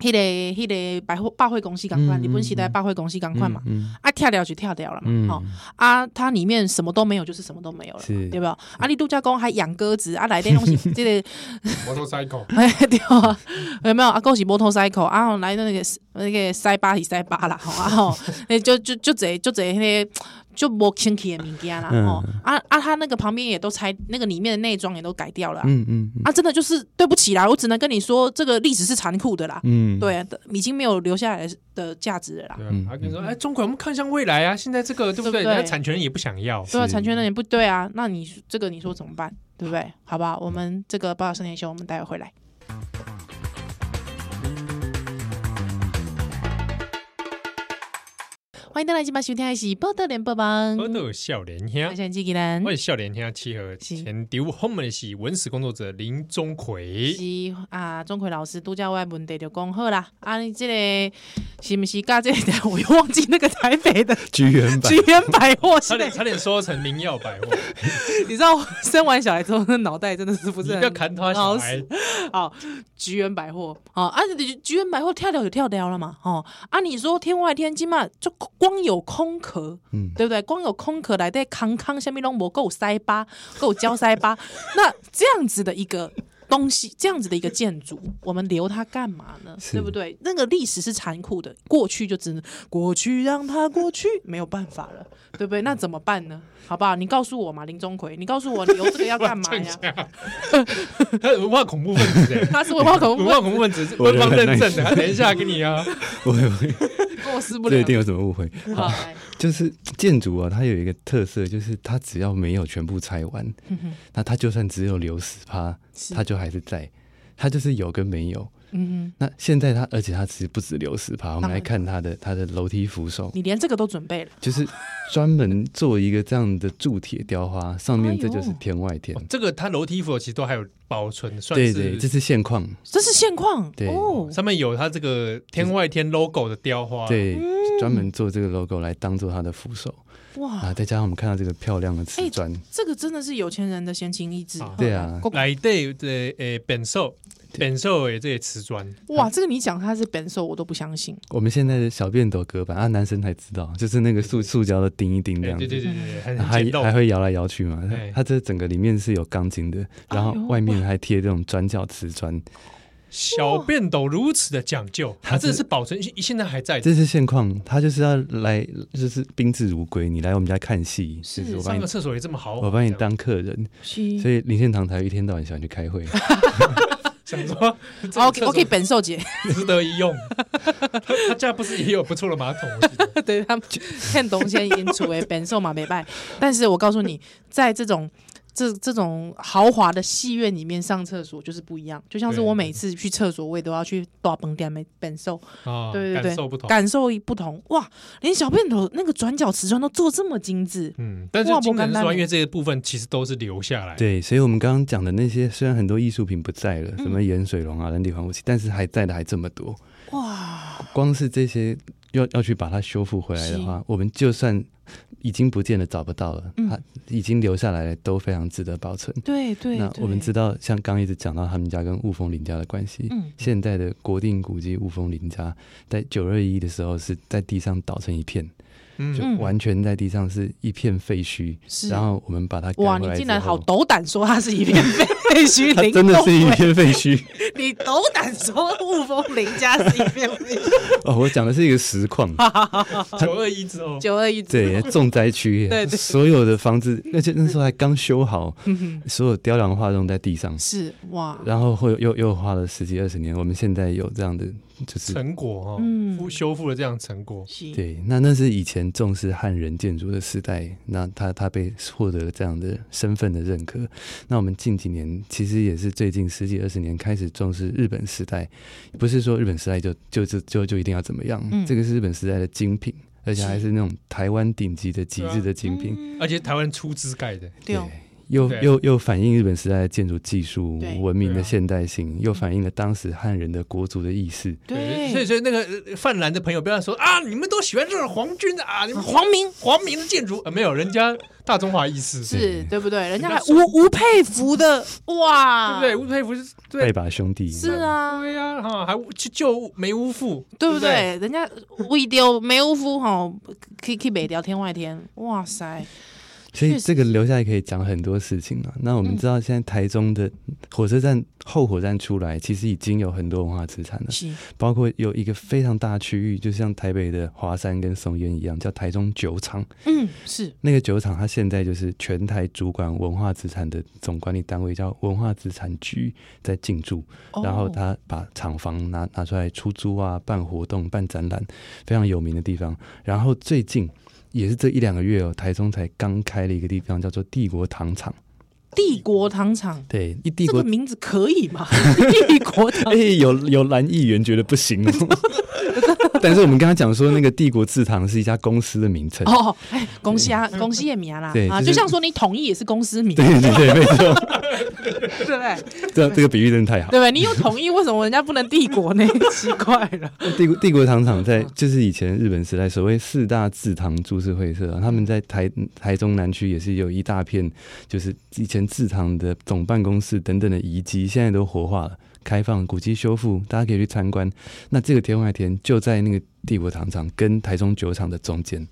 [SPEAKER 1] 迄、个迄、个百货百货公司赶快，
[SPEAKER 3] 嗯
[SPEAKER 1] 日本时代百货公司赶快嘛，
[SPEAKER 3] 嗯
[SPEAKER 1] 啊跳掉就跳掉了嘛，
[SPEAKER 3] 嗯
[SPEAKER 1] 吼、啊它里面什么都没有，就是什么都没有了嘛，
[SPEAKER 3] 是
[SPEAKER 1] 对吧？啊你度假宫还养鸽子，啊来电东 西，这个
[SPEAKER 2] ，motorcycle，
[SPEAKER 1] 哎，对啊，有没有啊？恭喜 motorcycle 啊，吼来那个那个塞巴是塞巴啦，吼啊吼，那就就就这就这那个就无清气的物件啦，
[SPEAKER 3] 嗯
[SPEAKER 1] 吼啊啊，他那个旁边也都拆，那个里面的内装也都改掉了啊、
[SPEAKER 3] 嗯嗯嗯
[SPEAKER 1] 啊，真的就是对不起啦，我只能跟你说，这个历史是残酷的啦，
[SPEAKER 3] 嗯，
[SPEAKER 1] 对啊，已经没有留下来的价值了啦。
[SPEAKER 2] 对啊
[SPEAKER 3] 嗯，
[SPEAKER 2] 他跟你说，哎，中国我们看向未来啊，现在这个对不
[SPEAKER 1] 对
[SPEAKER 2] 对？
[SPEAKER 1] 不对
[SPEAKER 2] 那产权人也不想要，
[SPEAKER 1] 对啊，
[SPEAKER 3] 是
[SPEAKER 1] 产权人也不对啊，那你这个你说怎么办？对不对？好吧，我们这个八宝少年秀，我们待会回来。欢迎大家今晚收听的是《报道联播网
[SPEAKER 2] 我》，都有笑脸
[SPEAKER 1] 我
[SPEAKER 2] 兄，
[SPEAKER 3] 哎
[SPEAKER 1] 是纪纪人
[SPEAKER 2] 我，也笑脸兄契合
[SPEAKER 1] 是
[SPEAKER 2] 前丢后面的是文史工作者林钟奎，
[SPEAKER 1] 是啊，钟馗老师度假外问题就讲好啦，啊，你这个是不是甲这个 我又忘记那个台北 的
[SPEAKER 3] 剧原版
[SPEAKER 1] 菊园百货
[SPEAKER 2] 差
[SPEAKER 1] 是不
[SPEAKER 2] 点
[SPEAKER 1] 是？
[SPEAKER 2] 差点说成明耀百货，
[SPEAKER 1] 你知道我生完小孩之后，那脑袋真的是不
[SPEAKER 2] 你
[SPEAKER 1] 是
[SPEAKER 3] 啊
[SPEAKER 1] 很
[SPEAKER 2] 不要砍他小孩，
[SPEAKER 1] 好，菊园百货哦，啊，菊菊园百货跳掉就跳掉了嘛，哦，啊，你说天外天金嘛，就光有空壳，
[SPEAKER 3] 嗯
[SPEAKER 1] 对不对？光有空壳来在康康下面弄我够塞巴，够胶塞巴， 那这样子的一个。东西这样子的一个建筑，我们留它干嘛呢？
[SPEAKER 3] 是
[SPEAKER 1] 对不对？那个历史是残酷的，过去就只能过去让它过去，没有办法了，对不对？那怎么办呢？好不好？你告诉我嘛，林钟馗，你告诉我你留这个要干 嘛呀？
[SPEAKER 2] 他文化恐怖分子 哎。
[SPEAKER 1] 他是文化恐怖
[SPEAKER 2] 文
[SPEAKER 1] 分
[SPEAKER 2] 化
[SPEAKER 1] 子，
[SPEAKER 2] 恐怖分子是
[SPEAKER 3] 我
[SPEAKER 2] 官
[SPEAKER 3] 觉得
[SPEAKER 2] 方
[SPEAKER 3] 很
[SPEAKER 2] 认
[SPEAKER 3] 耐
[SPEAKER 2] 证的，他等一下给你啊。
[SPEAKER 3] 我我
[SPEAKER 1] 跟我撕不
[SPEAKER 3] 这一
[SPEAKER 1] 了
[SPEAKER 3] 定。有什么误会？
[SPEAKER 1] 好，来
[SPEAKER 3] 就是建筑啊，它有一个特色，就是它只要没有全部拆完，
[SPEAKER 1] 哼哼
[SPEAKER 3] 那它就算只有留十趴，
[SPEAKER 1] 是
[SPEAKER 3] 它就还是在，它就是有跟没有。
[SPEAKER 1] 嗯
[SPEAKER 3] 那现在它，而且它其实不止留十趴，我
[SPEAKER 1] 当
[SPEAKER 3] 们
[SPEAKER 1] 然
[SPEAKER 3] 来看它的它的楼梯扶手
[SPEAKER 1] 哼，，你连这个都准备了，
[SPEAKER 3] 就是专门做一个这样的铸铁雕花，上
[SPEAKER 1] 哎
[SPEAKER 3] 面
[SPEAKER 1] 呦
[SPEAKER 3] 这就是天外天。
[SPEAKER 2] 这个它楼梯扶手其实都还有保存，哦算
[SPEAKER 3] 对对，这
[SPEAKER 2] 是啊
[SPEAKER 3] 是现况，
[SPEAKER 1] 这是现况
[SPEAKER 3] 对
[SPEAKER 1] 哦。
[SPEAKER 2] 上面有它这个天外天 logo 的雕花。，
[SPEAKER 3] 对，
[SPEAKER 1] 嗯
[SPEAKER 3] 专门做这个 logo 来当做它的扶手
[SPEAKER 1] 哇，
[SPEAKER 3] 啊，再加上我们看到这个漂亮的瓷砖，
[SPEAKER 1] 这个真的是有钱人的闲情逸致。
[SPEAKER 3] 对啊
[SPEAKER 1] 够
[SPEAKER 2] 来对对呃诶，本寿本寿诶，这些瓷砖，
[SPEAKER 1] 哇，这个你讲他是本手，我都不相信。
[SPEAKER 3] 我们现在的小便斗隔板啊，男生才知道，就是那个塑塑胶的钉一钉这
[SPEAKER 2] 对
[SPEAKER 3] 样
[SPEAKER 2] 对
[SPEAKER 3] 子。
[SPEAKER 2] 哎对对对，哎很
[SPEAKER 3] 还
[SPEAKER 2] 很简陋
[SPEAKER 3] 还。会摇来摇去嘛
[SPEAKER 2] 对？
[SPEAKER 3] 它这整个里面是有钢筋的，然后
[SPEAKER 1] 哎呦
[SPEAKER 3] 外面还贴这种转角瓷砖，
[SPEAKER 2] 小便斗如此的讲究，它
[SPEAKER 3] 它是
[SPEAKER 2] 这是保存，现在还在。
[SPEAKER 3] 这是现况，它就是要来，就是宾至如归。你来我们家看戏，
[SPEAKER 1] 是
[SPEAKER 3] 就是我帮
[SPEAKER 2] 上
[SPEAKER 3] 你
[SPEAKER 2] 个，厕所也这么豪华，
[SPEAKER 3] 我帮你
[SPEAKER 2] 这样
[SPEAKER 3] 当客人，
[SPEAKER 1] 是
[SPEAKER 3] 所以林献堂才会一天到晚喜欢去开会。
[SPEAKER 2] 想说
[SPEAKER 1] ，OK
[SPEAKER 2] 我可
[SPEAKER 1] OK，
[SPEAKER 2] 以
[SPEAKER 1] 本寿姐，
[SPEAKER 2] 值得一用。 他他家不是也有不错的马桶？我记得
[SPEAKER 1] 对他们看东先引出哎，本寿嘛没拜。但是我告诉你，在这种。这这种豪华的戏院里面上厕所就是不一样，就像是
[SPEAKER 2] 对
[SPEAKER 1] 我每次去厕所，我也都要去大崩店的本寿，
[SPEAKER 2] 啊，
[SPEAKER 1] 对对对
[SPEAKER 2] 感受不同。
[SPEAKER 1] 感受不同哇！连小便头那个转角瓷砖都做这么精致，
[SPEAKER 2] 嗯，但是
[SPEAKER 1] 哇
[SPEAKER 2] 金
[SPEAKER 1] 不简
[SPEAKER 2] 人
[SPEAKER 1] 单
[SPEAKER 2] 说，
[SPEAKER 1] 欸
[SPEAKER 2] 因为这个部分其实都是留下来的。
[SPEAKER 3] 对，所以我们刚刚讲的那些，虽然很多艺术品不在了，什么盐水龙啊、蓝地黄武器，但是还在的还这么多。
[SPEAKER 1] 哇，
[SPEAKER 3] 光是这些要要去把它修复回来的话，我们就算已经不见了、找不到了，
[SPEAKER 1] 嗯
[SPEAKER 3] 它已经留下来的都非常值得保存。
[SPEAKER 1] 对对，
[SPEAKER 3] 那我们
[SPEAKER 1] 对
[SPEAKER 3] 知道，像刚刚一直讲到他们家跟雾峰林家的关系，
[SPEAKER 1] 嗯
[SPEAKER 3] 现代的国定古迹雾峰林家，在九二一的时候是在地上倒成一片，就
[SPEAKER 2] 嗯，
[SPEAKER 3] 完全在地上是一片废墟。
[SPEAKER 1] 是
[SPEAKER 3] 然后我们把它改
[SPEAKER 1] 哇，
[SPEAKER 3] 回
[SPEAKER 1] 你
[SPEAKER 3] 来
[SPEAKER 1] 竟
[SPEAKER 3] 之
[SPEAKER 1] 然好哦
[SPEAKER 3] 后，
[SPEAKER 1] 斗胆说它是一片 废墟，
[SPEAKER 3] 它
[SPEAKER 1] 林
[SPEAKER 3] 真的
[SPEAKER 1] 动
[SPEAKER 3] 是一
[SPEAKER 1] 伟
[SPEAKER 3] 片废墟
[SPEAKER 1] 你斗胆说雾峰林家是一片废 墟，
[SPEAKER 3] 哦！我讲的是一个实况，
[SPEAKER 2] 九二一哦之后，
[SPEAKER 1] 九二一
[SPEAKER 3] 对，重灾区，
[SPEAKER 1] 对嗯对
[SPEAKER 3] 所有的房子，而且那时候还刚修好，所有雕梁画栋在地上，
[SPEAKER 1] 是哇，
[SPEAKER 3] 然后会又又花了十几二十年。我们现在有这样的，就是
[SPEAKER 2] 成果哦，
[SPEAKER 1] 嗯
[SPEAKER 2] 复修复了这样的成果，
[SPEAKER 1] 是
[SPEAKER 3] 对，那那是以前重视汉人建筑的时代，那他他被获得了这样的身份的认可。那我们近几年其实也是最近十几二十年开始重视日本时代，不是说日本时代就就就就就一定要怎么样，
[SPEAKER 1] 嗯
[SPEAKER 3] 这个是日本时代的精品，而且还
[SPEAKER 1] 是
[SPEAKER 3] 是那种台湾顶级的极致的精品。
[SPEAKER 1] 嗯
[SPEAKER 2] 而且台湾出资盖的，
[SPEAKER 1] 对哦，
[SPEAKER 3] 又
[SPEAKER 2] 对
[SPEAKER 3] 又又反映日本时代的建筑技术
[SPEAKER 1] 对嗯
[SPEAKER 3] 文明
[SPEAKER 2] 对
[SPEAKER 3] 的
[SPEAKER 2] 啊
[SPEAKER 3] 现代性，又反映了当时汉人的国族的意识。
[SPEAKER 1] 对，
[SPEAKER 2] 所以所以那个呃泛蓝的朋友不要说啊，你们都喜欢这种皇军的啊，你们
[SPEAKER 1] 黄明
[SPEAKER 2] 皇民的建筑、啊，没有人家大中华意识，对
[SPEAKER 1] 是对不对？人家
[SPEAKER 2] 人
[SPEAKER 1] 还
[SPEAKER 2] 家
[SPEAKER 1] 吴吴佩孚的哇，
[SPEAKER 2] 不对？？吴佩孚是
[SPEAKER 3] 拜
[SPEAKER 2] 对
[SPEAKER 3] 把兄弟
[SPEAKER 1] 是啊，
[SPEAKER 2] 对呀，哈，还去救梅屋妇，
[SPEAKER 1] 对不
[SPEAKER 2] 不
[SPEAKER 1] 对？人家为丢梅屋夫吼，可以可以北聊天外天，哇塞，
[SPEAKER 3] 所以
[SPEAKER 1] 确实嗯
[SPEAKER 3] 这个留下来可以讲很多事情啊。那我们知道，现在台中的火车站后火车站出来，其实已经有很多文化资产了，
[SPEAKER 1] 是
[SPEAKER 3] 包括有一个非常大的区域，就像台北的华山跟松烟一样，叫台中酒厂。
[SPEAKER 1] 嗯是
[SPEAKER 3] 那个酒厂它现在就是全台主管文化资产的总管理单位，叫文化资产局在进驻，
[SPEAKER 1] 哦
[SPEAKER 3] 然后他把厂房拿拿出来出租啊，办活动、办展览，非常有名的地方。然后最近也是这一两个月哦，台中才刚开了一个地方叫做帝国糖厂，
[SPEAKER 1] 帝国糖厂。
[SPEAKER 3] 对，一帝
[SPEAKER 1] 这
[SPEAKER 3] 国
[SPEAKER 1] 个。名字可以吗？ 帝国糖
[SPEAKER 3] 哎、有有蓝议员觉得不行哦， 但是我们刚刚讲说，那个帝国制糖是一家公司的名称，
[SPEAKER 1] 哦，哎，公司啊，公司也名啦
[SPEAKER 3] 对
[SPEAKER 1] 啊，
[SPEAKER 3] 就
[SPEAKER 1] 就是像说你统一也是公司名，
[SPEAKER 3] 对
[SPEAKER 1] 对
[SPEAKER 3] 对对，没错，
[SPEAKER 1] 不对？
[SPEAKER 3] 这这个比喻真的太好了
[SPEAKER 1] 对不对？你有统一，为什么人家不能帝国 呢？奇怪了，
[SPEAKER 3] 帝国帝国糖厂
[SPEAKER 1] 嗯
[SPEAKER 3] 在就是以前日本时代所谓四大制糖株式会社、啊，他们在台台中南区也是有一大片，就是以前制糖的总办公室等等的遗迹，现在都活化了，开放古迹修复，大家可以去参观。那这个天外田就在那个帝国糖厂跟台中酒厂的中间，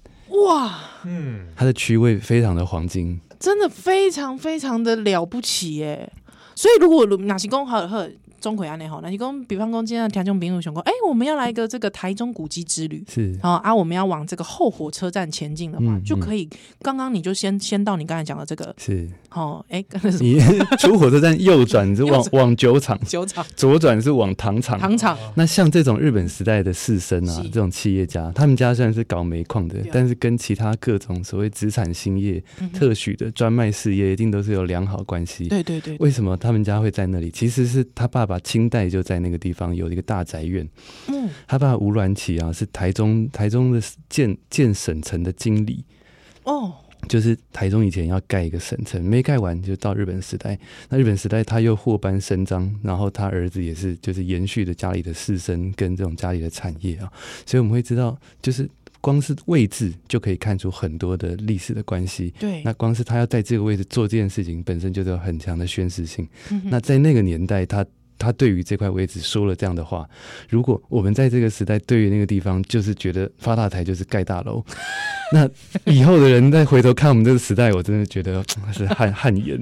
[SPEAKER 1] 哇，
[SPEAKER 2] 嗯，
[SPEAKER 3] 它的区位非常的黄金，
[SPEAKER 1] 真的非常非常的了不起耶！所以如果哪些公好好钟馗安内好，哪些公比方说今天的听众朋友想说，哎，我们要来一个这个台中古迹之旅。
[SPEAKER 3] 是
[SPEAKER 1] 哦啊，我们要往这个后火车站前进的话，
[SPEAKER 3] 嗯
[SPEAKER 1] 就
[SPEAKER 3] 嗯
[SPEAKER 1] 可以。刚刚你就先先到你刚才讲的这个，
[SPEAKER 3] 是，
[SPEAKER 1] 哦，哎，刚才是
[SPEAKER 3] 你出火车站右转是
[SPEAKER 1] 右
[SPEAKER 3] 往
[SPEAKER 1] 转
[SPEAKER 3] 往酒厂，
[SPEAKER 1] 酒厂、
[SPEAKER 3] 左转是往糖厂，
[SPEAKER 1] 糖厂，
[SPEAKER 3] 那像这种日本时代的士绅
[SPEAKER 1] 是，
[SPEAKER 3] 啊这种企业家，他们家虽然是搞煤矿的
[SPEAKER 1] 对啊，
[SPEAKER 3] 但是跟其他各种所谓资产兴业、
[SPEAKER 1] 嗯哼
[SPEAKER 3] 特许的专卖事业，一定都是有良好关系。
[SPEAKER 1] 嗯对对对，
[SPEAKER 3] 为什么他们家会在那里？其实是他爸爸清代就在那个地方有一个大宅院。
[SPEAKER 1] 嗯，
[SPEAKER 3] 他爸爸吴鸾起啊，是台中台中的建建省城的经理，
[SPEAKER 1] 哦，
[SPEAKER 3] 就是台中以前要盖一个省城，没盖完就到日本时代。那日本时代他又获颁伸张，然后他儿子也是就是延续的家里的士绅跟这种家里的产业啊，所以我们会知道，就是光是位置就可以看出很多的历史的关系。
[SPEAKER 1] 对，
[SPEAKER 3] 那光是他要在这个位置做这件事情，本身就是有很强的宣示性。
[SPEAKER 1] 嗯哼
[SPEAKER 3] 那在那个年代，他他对于这块位置说了这样的话，如果我们在这个时代对于那个地方就是觉得发大财就是盖 大楼，那以后的人再回头看我们这个时代，我真的觉得是汗汗 颜。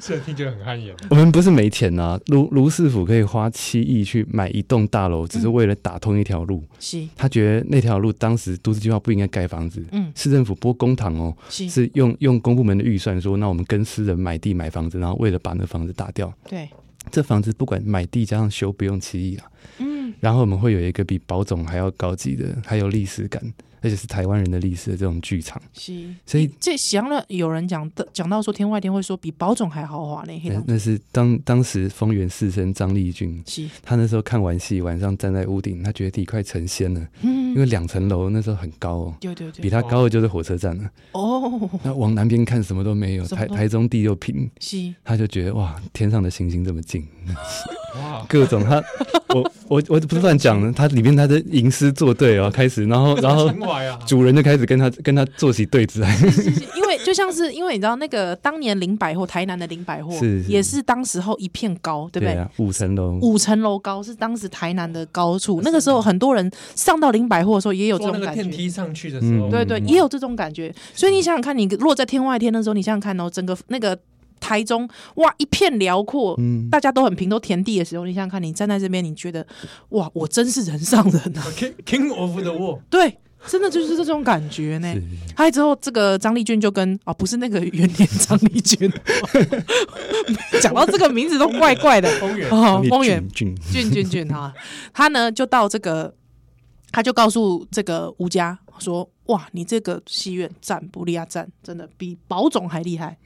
[SPEAKER 2] 这听起来很汗颜。
[SPEAKER 3] 我们不是没钱啊，卢卢市府可以花七亿去买一栋大楼，只是为了打通一条路。
[SPEAKER 1] 是，
[SPEAKER 3] 他觉得那条路当时都市计划不应该盖房子。
[SPEAKER 1] 嗯，
[SPEAKER 3] 市政府拨公帑哦，
[SPEAKER 1] 是，
[SPEAKER 3] 是用用公部门的预算说，那我们跟私人买地买房子，然后为了把那房子打掉，
[SPEAKER 1] 对，
[SPEAKER 3] 这房子不管买地加上修不用七亿啊，
[SPEAKER 1] 嗯，
[SPEAKER 3] 然后我们会有一个比保总还要高级的，还有历史感，而且是台湾人的历史的这种剧场，
[SPEAKER 1] 是。
[SPEAKER 3] 所以
[SPEAKER 1] 这想了，有人讲的讲到说天外天会说比保总还豪华呢，黑
[SPEAKER 3] 那
[SPEAKER 1] 龙
[SPEAKER 3] 那是当当时丰原士绅张立俊，
[SPEAKER 1] 是，
[SPEAKER 3] 他那时候看完戏，晚上站在屋顶，他觉得自己快成仙了，
[SPEAKER 1] 嗯
[SPEAKER 3] 因，为两层楼那时候很高哦。
[SPEAKER 1] 对对
[SPEAKER 3] 比
[SPEAKER 1] 对，
[SPEAKER 3] 他高的就是火车站了，
[SPEAKER 1] 哦，
[SPEAKER 3] 那往南边看什么都没有，
[SPEAKER 1] 什么
[SPEAKER 3] 台
[SPEAKER 1] 都
[SPEAKER 3] 台中地又平，
[SPEAKER 1] 是，
[SPEAKER 3] 他就觉得哇，天上的星星这么近，
[SPEAKER 2] 哇，
[SPEAKER 3] 各种他， 我我我不是乱讲的，他里面他在吟诗作对哦，开始，然后然后
[SPEAKER 2] 情怀啊，
[SPEAKER 3] 主人就开始跟他跟他做起对峙来，
[SPEAKER 1] 因为就像是因为你知道那个当年林百货，台南的林百货
[SPEAKER 3] 是是
[SPEAKER 1] 也是当时候一片高，对不对？
[SPEAKER 3] 啊，五层楼，
[SPEAKER 1] 五层楼高是当时台南的高处，那个时候很多人上到林百货的时候也有这
[SPEAKER 2] 坐那
[SPEAKER 1] 种
[SPEAKER 2] 个
[SPEAKER 1] 感
[SPEAKER 2] 电
[SPEAKER 1] 觉。
[SPEAKER 2] 梯上去的时候，
[SPEAKER 3] 嗯
[SPEAKER 1] 对对，也有这种感觉。所以你想想看，你落在天外天的时候，你想想看哦，整个那个台中哇一片辽阔，
[SPEAKER 3] 嗯，
[SPEAKER 1] 大家都很平，都田地的时候，你想想看，你站在这边，你觉得哇，我真是人上人 啊！
[SPEAKER 2] King King of the World，
[SPEAKER 1] 对。真的就是这种感觉呢
[SPEAKER 3] 是。
[SPEAKER 1] 还有之后，这个张丽君就跟哦，不是那个元年张丽 君，讲到这个名字都怪怪的
[SPEAKER 2] 公园
[SPEAKER 1] 哦。
[SPEAKER 3] 那
[SPEAKER 1] 丰原
[SPEAKER 3] 俊俊
[SPEAKER 1] 俊俊俊哈，他呢就到这个，他就告诉这个吴家说：“哇，你这个戏院站布利亚站真的比保总还厉害，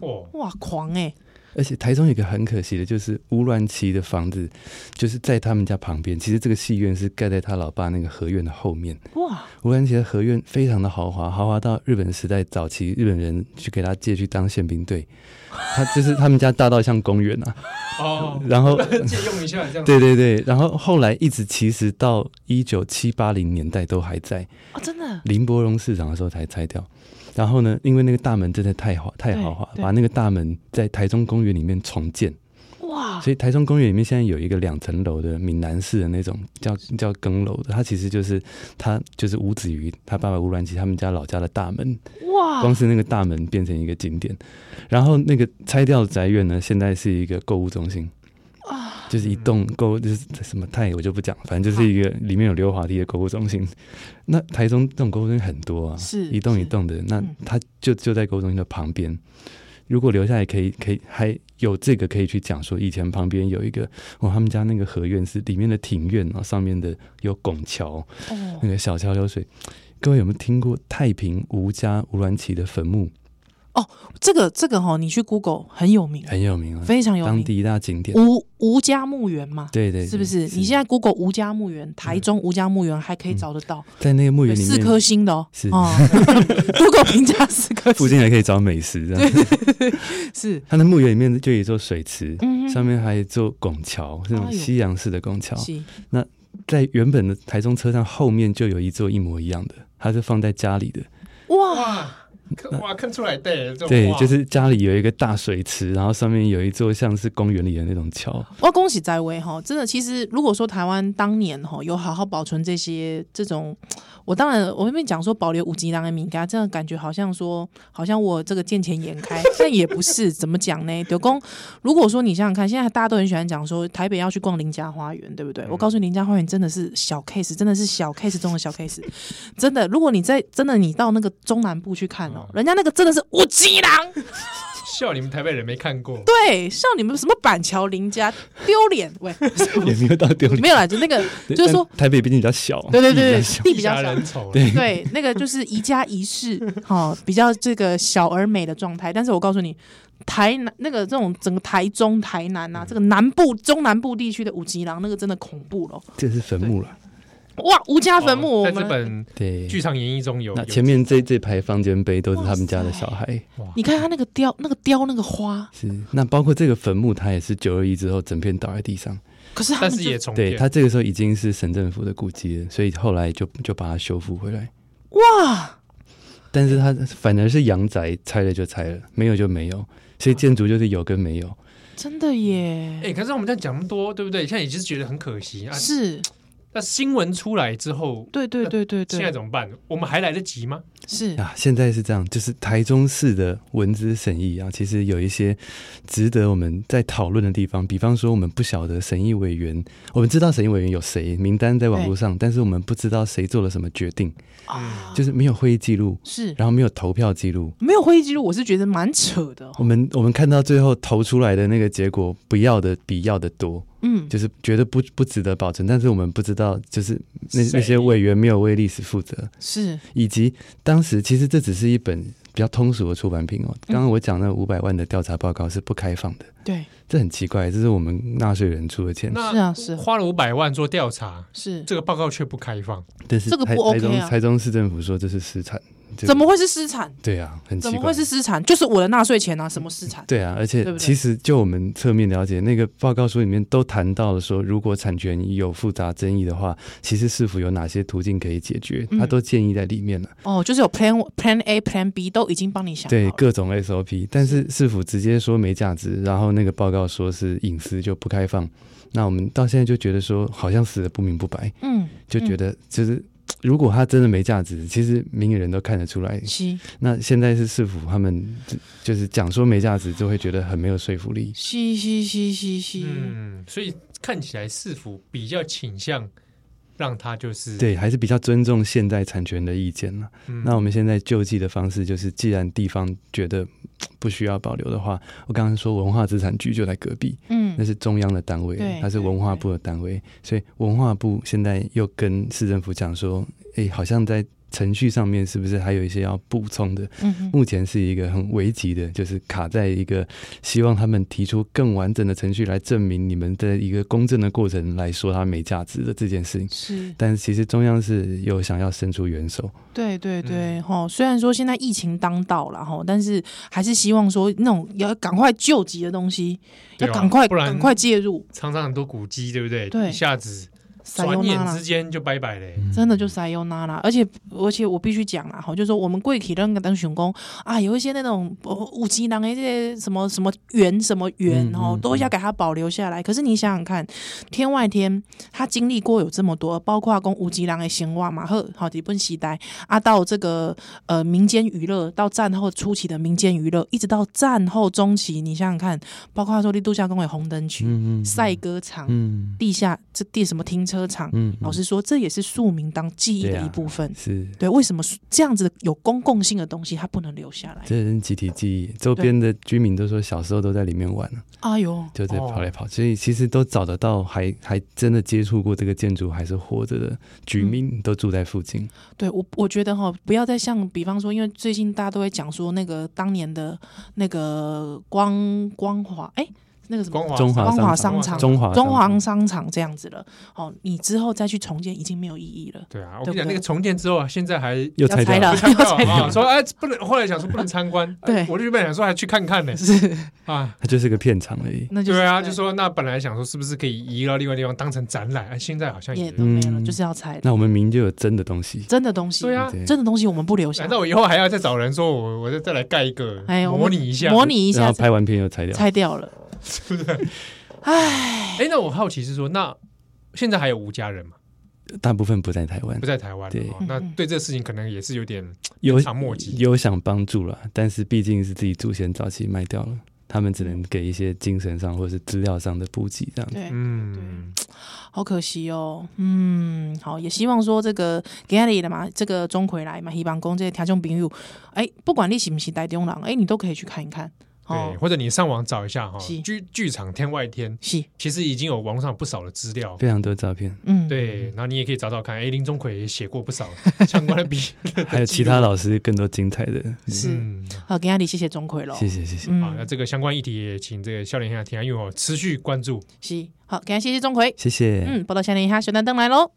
[SPEAKER 2] 哦，
[SPEAKER 1] 哇，狂哎、
[SPEAKER 3] 而且台中有一个很可惜的，就是吴鸾旗的房子，就是在他们家旁边。其实这个戏院是盖在他老爸那个和院的后面。
[SPEAKER 1] 哇，
[SPEAKER 3] 吴鸾旗的和院非常的豪华，豪华到日本时代早期日本人去给他借去当宪兵队，他就是他们家大到像公园啊。
[SPEAKER 2] 哦，
[SPEAKER 3] 然后
[SPEAKER 2] 借用一下这样。
[SPEAKER 3] 对对对，然后后来一直其实到一九七八零年代都还在，
[SPEAKER 1] 哦，真的，
[SPEAKER 3] 林柏荣市长的时候才拆掉。然后呢，因为那个大门真的太豪太豪华，
[SPEAKER 1] 对对
[SPEAKER 3] 把那个大门在台中公园里面重建，
[SPEAKER 1] 哇，
[SPEAKER 3] 所以台中公园里面现在有一个两层楼的闽南式的那种叫
[SPEAKER 1] 嗯
[SPEAKER 3] 叫更楼的，它其实就是他就是吴子瑜他爸爸吴鸾吉他们家老家的大门，
[SPEAKER 1] 哇
[SPEAKER 3] 光，是那个大门变成一个景点。然后那个拆掉的宅院呢，现在是一个购物中心。
[SPEAKER 1] 啊
[SPEAKER 3] 就是一栋购物，就是什么泰我就不讲，反正就是一个里面有溜滑梯的购 物中心。那台中这种购物中心很多啊，
[SPEAKER 1] 是
[SPEAKER 3] 一栋一
[SPEAKER 1] 是
[SPEAKER 3] 栋的，那
[SPEAKER 1] 嗯
[SPEAKER 3] 它就就在购物中心的旁边。如果留下来，可以可以还有这个可以去讲说，以前旁边有一个哦，他们家那个河院是里面的庭院啊，上面的有拱桥，
[SPEAKER 1] 哦
[SPEAKER 3] 那个小桥流水。各位有没有听过太平吴家吴鸾旗的坟墓
[SPEAKER 1] 这个这个哈、你去 Google 很有名，
[SPEAKER 3] 很有名啊，
[SPEAKER 1] 非常有
[SPEAKER 3] 当
[SPEAKER 1] 名，
[SPEAKER 3] 地一大景点。
[SPEAKER 1] 吴吴家墓园嘛，
[SPEAKER 3] 对对对
[SPEAKER 1] 是不是？你现在 Google 吴家墓园，台中吴家墓园还可以找得到，
[SPEAKER 3] 在那个墓
[SPEAKER 1] 有
[SPEAKER 3] 园里
[SPEAKER 1] 四
[SPEAKER 3] 面，
[SPEAKER 1] 颗星的哦，
[SPEAKER 3] 是
[SPEAKER 1] 哦 Google 评价四颗
[SPEAKER 3] 附
[SPEAKER 1] 星
[SPEAKER 3] 近还可以找美食，这样。
[SPEAKER 1] 是，
[SPEAKER 3] 它的墓园里面就有一座水池，
[SPEAKER 1] 嗯
[SPEAKER 3] 上面还有一座拱桥，这种
[SPEAKER 1] 哎呦
[SPEAKER 3] 西洋式的拱桥，
[SPEAKER 1] 是
[SPEAKER 3] 在原本的台中车站后面就有一座一模一样的，它是放在家里的。
[SPEAKER 1] 哇，
[SPEAKER 2] 哇，看哇，看出来对，这种
[SPEAKER 3] 对，
[SPEAKER 2] 哇
[SPEAKER 3] 就是家里有一个大水池，然后上面有一座像是公园里的那种桥。
[SPEAKER 1] 我恭喜在威哈，真的，其实如果说台湾当年哈有好好保存这些这种，我当然我那边讲说保留五级郎的敏感，这样感觉好像说好像我这个见钱眼开，但也不是怎么讲呢？德公，如果说你想想看，现在大家都很喜欢讲说台北要去逛林家花园，对不对？我告诉你，林家花园真的是小 case，真的是小 case 中的小 case，真的，如果你在真的你到那个中南部去看哦，人家那个真的是五级郎。
[SPEAKER 2] 笑你们台北人没看过，
[SPEAKER 1] 对，像你们什么板桥林家丢脸喂，
[SPEAKER 3] 也没有到丢 脸，
[SPEAKER 1] 没有啦，就那个
[SPEAKER 3] 对
[SPEAKER 1] 就是说，
[SPEAKER 3] 但台北毕竟比较小，
[SPEAKER 1] 对对对
[SPEAKER 3] 比
[SPEAKER 1] 对，
[SPEAKER 3] 较小
[SPEAKER 1] 地比较
[SPEAKER 2] 一家
[SPEAKER 1] 小
[SPEAKER 2] 人。丑，
[SPEAKER 3] 对
[SPEAKER 1] 对，那个就是宜家宜 室，哈、比较这个小而美的状态。但是我告诉你，台南那个这种整个台中、台南
[SPEAKER 2] 嗯
[SPEAKER 1] 啊，这个南部、中南部地区的五级狼，那个真的恐怖了。
[SPEAKER 3] 这是坟墓了。
[SPEAKER 1] 哇，吴家坟墓，我
[SPEAKER 2] 哦在这
[SPEAKER 1] 们
[SPEAKER 2] 本
[SPEAKER 3] 对，
[SPEAKER 2] 剧场演绎中有
[SPEAKER 3] 那
[SPEAKER 2] 有
[SPEAKER 3] 前面这这排方尖碑都是他们家的小孩。
[SPEAKER 1] 你看他那个雕、那个雕、那个花，
[SPEAKER 3] 是，那包括这个坟墓，它也是九二一之后整片倒在地上。
[SPEAKER 1] 可是他们
[SPEAKER 2] 但
[SPEAKER 1] 就是
[SPEAKER 2] 也重
[SPEAKER 3] 对，
[SPEAKER 2] 建，
[SPEAKER 3] 它这个时候已经是省政府的古迹了，所以后来就就把它修复回来。
[SPEAKER 1] 哇，
[SPEAKER 3] 但是它反而是阳宅拆了就拆了，没有就没有，所以建筑就是有跟没有。
[SPEAKER 1] 真的耶，
[SPEAKER 2] 哎，可是我们这样讲那么多，对不对？现在也是觉得很可惜啊。
[SPEAKER 1] 是，
[SPEAKER 2] 那新闻出来之后，
[SPEAKER 1] 对对对对
[SPEAKER 2] 现在
[SPEAKER 1] 对，
[SPEAKER 2] 怎么办？我们还来得及吗？
[SPEAKER 1] 是
[SPEAKER 3] 啊，现在是这样，就是台中市的文资审议啊，其实有一些值得我们在讨论的地方。比方说，我们不晓得审议委员，我们知道审议委员有谁，名单在网络上，但是我们不知道谁做了什么决定，
[SPEAKER 1] 啊，
[SPEAKER 2] 嗯
[SPEAKER 3] 就是没有会议记录，
[SPEAKER 1] 是
[SPEAKER 3] 然后没有投票记录。
[SPEAKER 1] 没有会议记录，我是觉得蛮扯的哦。
[SPEAKER 3] 我们我们看到最后投出来的那个结果，不要的比要的多，
[SPEAKER 1] 嗯，
[SPEAKER 3] 就是觉得不不值得保存。但是我们不知道，就是那
[SPEAKER 2] 谁
[SPEAKER 3] 那些委员没有为历史负责。
[SPEAKER 1] 是
[SPEAKER 3] 以及当时其实这只是一本比较通俗的出版品哦。
[SPEAKER 1] 嗯
[SPEAKER 3] 刚刚我讲那五百万的调查报告是不开放的，
[SPEAKER 1] 对，
[SPEAKER 3] 这很奇怪，这是我们纳税人出的钱，
[SPEAKER 2] 那
[SPEAKER 1] 是啊是啊
[SPEAKER 2] 花了五百万做调查，
[SPEAKER 1] 是
[SPEAKER 2] 这个报告却不开放，
[SPEAKER 3] 但是
[SPEAKER 1] 这个
[SPEAKER 3] 台
[SPEAKER 1] 不 OK
[SPEAKER 3] 台中
[SPEAKER 1] 啊
[SPEAKER 3] 台中市政府说这是私产，这个
[SPEAKER 1] 怎么会是私产？
[SPEAKER 3] 对啊？很奇
[SPEAKER 1] 怎
[SPEAKER 3] 怪，
[SPEAKER 1] 么会是私产？就是我的纳税钱啊，什么私产？
[SPEAKER 3] 对啊，
[SPEAKER 1] 对
[SPEAKER 3] 而且
[SPEAKER 1] 不对
[SPEAKER 3] 其实就我们侧面了解，那个报告书里面都谈到了说，如果产权有复杂争议的话，其实市府有哪些途径可以解决，
[SPEAKER 1] 嗯
[SPEAKER 3] 他都建议在里面了。
[SPEAKER 1] 哦，就是有 Plan Plan A、Plan B 都已经帮你想好
[SPEAKER 3] 对
[SPEAKER 1] 了
[SPEAKER 3] 各种 SOP，但是市府直接说没价值，然后那个报告说是隐私就不开放，那我们到现在就觉得说好像死的不明不白，
[SPEAKER 1] 嗯，
[SPEAKER 3] 就觉得就是。如果它真的没价值，其实明眼人都看得出来。
[SPEAKER 1] 是
[SPEAKER 3] 那现在是市府他们就就是讲说没价值，就会觉得很没有说服力。
[SPEAKER 1] 是是是是是，
[SPEAKER 2] 嗯，所以看起来市府比较倾向让他就是，
[SPEAKER 3] 对，还是比较尊重现代产权的意见了。
[SPEAKER 2] 嗯
[SPEAKER 3] 那我们现在救济的方式就是，既然地方觉得嘖不需要保留的话，我刚刚说文化资产局就在隔壁，那
[SPEAKER 1] 嗯，
[SPEAKER 3] 是中央的单位
[SPEAKER 1] 对，
[SPEAKER 3] 它是
[SPEAKER 1] 对
[SPEAKER 3] 文化部的单位，所以文化部现在又跟市政府讲说，诶，好像在程序上面是不是还有一些要补充的？
[SPEAKER 1] 嗯哼
[SPEAKER 3] 目前是一个很危急的，就是卡在一个希望他们提出更完整的程序来证明你们的一个公正的过程来说它没价值的这件事情。
[SPEAKER 1] 是
[SPEAKER 3] 但其实中央是有想要伸出援手，
[SPEAKER 1] 对对
[SPEAKER 2] 嗯
[SPEAKER 1] 对，吼、虽然说现在疫情当道了吼，但是还是希望说那种要赶快救急的东西，
[SPEAKER 2] 对
[SPEAKER 1] 要
[SPEAKER 2] 啊
[SPEAKER 1] 赶快
[SPEAKER 2] 不然
[SPEAKER 1] 赶快介入，
[SPEAKER 2] 常常很多古迹，对不对？
[SPEAKER 1] 对
[SPEAKER 2] 一下子
[SPEAKER 1] 塞
[SPEAKER 2] 转眼
[SPEAKER 1] 啦
[SPEAKER 2] 之间就拜拜嘞。
[SPEAKER 3] 嗯
[SPEAKER 1] 真的就塞优娜啦，而且而且我必须讲啦，哈，就是说我们贵体那个当熊工啊，有一些那种呃五级狼的这些什么什么圆什么圆
[SPEAKER 3] 嗯
[SPEAKER 1] 哦，
[SPEAKER 3] 嗯
[SPEAKER 1] 都要给它保留下来。可是你想想看，天外天他经历过有这么多，包括讲五级狼的兴旺嘛，呵，好日本时代啊，到这个呃民间娱乐，到战后初期的民间娱乐，一直到战后中期，你想想看，包括说你度假公园红灯区、
[SPEAKER 3] 嗯
[SPEAKER 1] 赛鸽场、
[SPEAKER 3] 嗯
[SPEAKER 1] 地下这地什么停车场。
[SPEAKER 3] 嗯，
[SPEAKER 1] 老实说，这也是庶民当记忆
[SPEAKER 3] 对
[SPEAKER 1] 的
[SPEAKER 3] 啊
[SPEAKER 1] 一部分。
[SPEAKER 3] 是
[SPEAKER 1] 对，为什么这样子有公共性的东西它不能留下来？
[SPEAKER 3] 这人集体记忆，周边的居民都说小时候都在里面玩，啊
[SPEAKER 1] 哎呦，
[SPEAKER 3] 就在
[SPEAKER 2] 哦
[SPEAKER 3] 跑来跑，所以其实都找得到还还真的接触过这个建筑还是活着的居
[SPEAKER 1] 嗯
[SPEAKER 3] 民，都住在附近。
[SPEAKER 1] 对我我觉得哈，不要再像比方说，因为最近大家都会讲说那个当年的那个光光华，哎，那个什么
[SPEAKER 2] 光华
[SPEAKER 3] 中华
[SPEAKER 1] 光华商场、
[SPEAKER 2] 商场
[SPEAKER 3] 中华
[SPEAKER 1] 中
[SPEAKER 3] 商
[SPEAKER 1] 华商场这样子了。哦，你之后再去重建已经没有意义了。
[SPEAKER 2] 对啊，我
[SPEAKER 1] 对
[SPEAKER 2] 跟你讲，
[SPEAKER 1] 不对
[SPEAKER 2] 那个重建之后啊，现在还
[SPEAKER 3] 又
[SPEAKER 1] 要
[SPEAKER 3] 拆
[SPEAKER 1] 拆
[SPEAKER 3] 掉
[SPEAKER 1] 了
[SPEAKER 3] 了，
[SPEAKER 2] 不想要啊，说哎不能，后来想说不能参观，
[SPEAKER 1] 对
[SPEAKER 2] 哎 我就原本想说还去看看呢
[SPEAKER 1] 是，
[SPEAKER 2] 啊。
[SPEAKER 3] 它就是个片场而已。
[SPEAKER 1] 那就是
[SPEAKER 2] 对啊，就说那本来想说是不是可以移到另外地方当成展览，哎，现在好像
[SPEAKER 1] 也
[SPEAKER 2] 也
[SPEAKER 1] 都没了，
[SPEAKER 3] 嗯
[SPEAKER 1] 就是要拆
[SPEAKER 3] 那我们明就有真的东西，
[SPEAKER 1] 真的东西，
[SPEAKER 2] 对啊。
[SPEAKER 3] 对
[SPEAKER 1] 真的东西我们不留下
[SPEAKER 2] 难。道我以后还要再找人说我我再再来盖一个，
[SPEAKER 1] 哎我们
[SPEAKER 2] 模拟一下？
[SPEAKER 1] 模拟一
[SPEAKER 3] 然
[SPEAKER 1] 下
[SPEAKER 3] 后，拍完片又拆掉。
[SPEAKER 1] 拆掉了。
[SPEAKER 2] 哎，那我好奇是说，那现在还有吴家人嘛？
[SPEAKER 3] 大部分不在台湾
[SPEAKER 2] 不，在台湾
[SPEAKER 3] 对
[SPEAKER 2] 了哦，那
[SPEAKER 1] 嗯嗯嗯
[SPEAKER 2] 对这事情可能也是有点
[SPEAKER 3] 有
[SPEAKER 2] 鞭长莫及
[SPEAKER 3] 有想帮助了，但是毕竟是自己祖先早期卖掉了，他们只能给一些精神上或者是资料上的补给这样子。
[SPEAKER 1] 哎对，
[SPEAKER 2] 嗯，
[SPEAKER 1] 好可惜哦，嗯，好，也希望说这个给你的嘛，这个钟馗来嘛，希望讲这些听众朋友，哎，不管你是不是台中人，哎，你都可以去看一看，哦
[SPEAKER 2] 对，，或者你上网找一下哈
[SPEAKER 1] 是，
[SPEAKER 2] 剧剧场天外天
[SPEAKER 1] 是，
[SPEAKER 2] 其实已经有网络上有不少的资料，
[SPEAKER 3] 非常多照片，
[SPEAKER 1] 嗯，，
[SPEAKER 2] 对，然后你也可以找找看，哎，林钟馗也写过不少相关的 笔，
[SPEAKER 3] 还有其他老师更多精彩的。
[SPEAKER 1] 是，
[SPEAKER 2] 嗯，
[SPEAKER 1] 好，给你谢谢钟馗喽，
[SPEAKER 3] 谢谢谢啊谢
[SPEAKER 2] 好，那
[SPEAKER 1] 嗯，
[SPEAKER 2] 这个相关议题也请这个笑脸下听下，因为我持续关注。
[SPEAKER 1] 是，好，给你谢谢钟馗，嗯
[SPEAKER 3] 谢谢，
[SPEAKER 1] 嗯，报道下一下，小丹登来喽。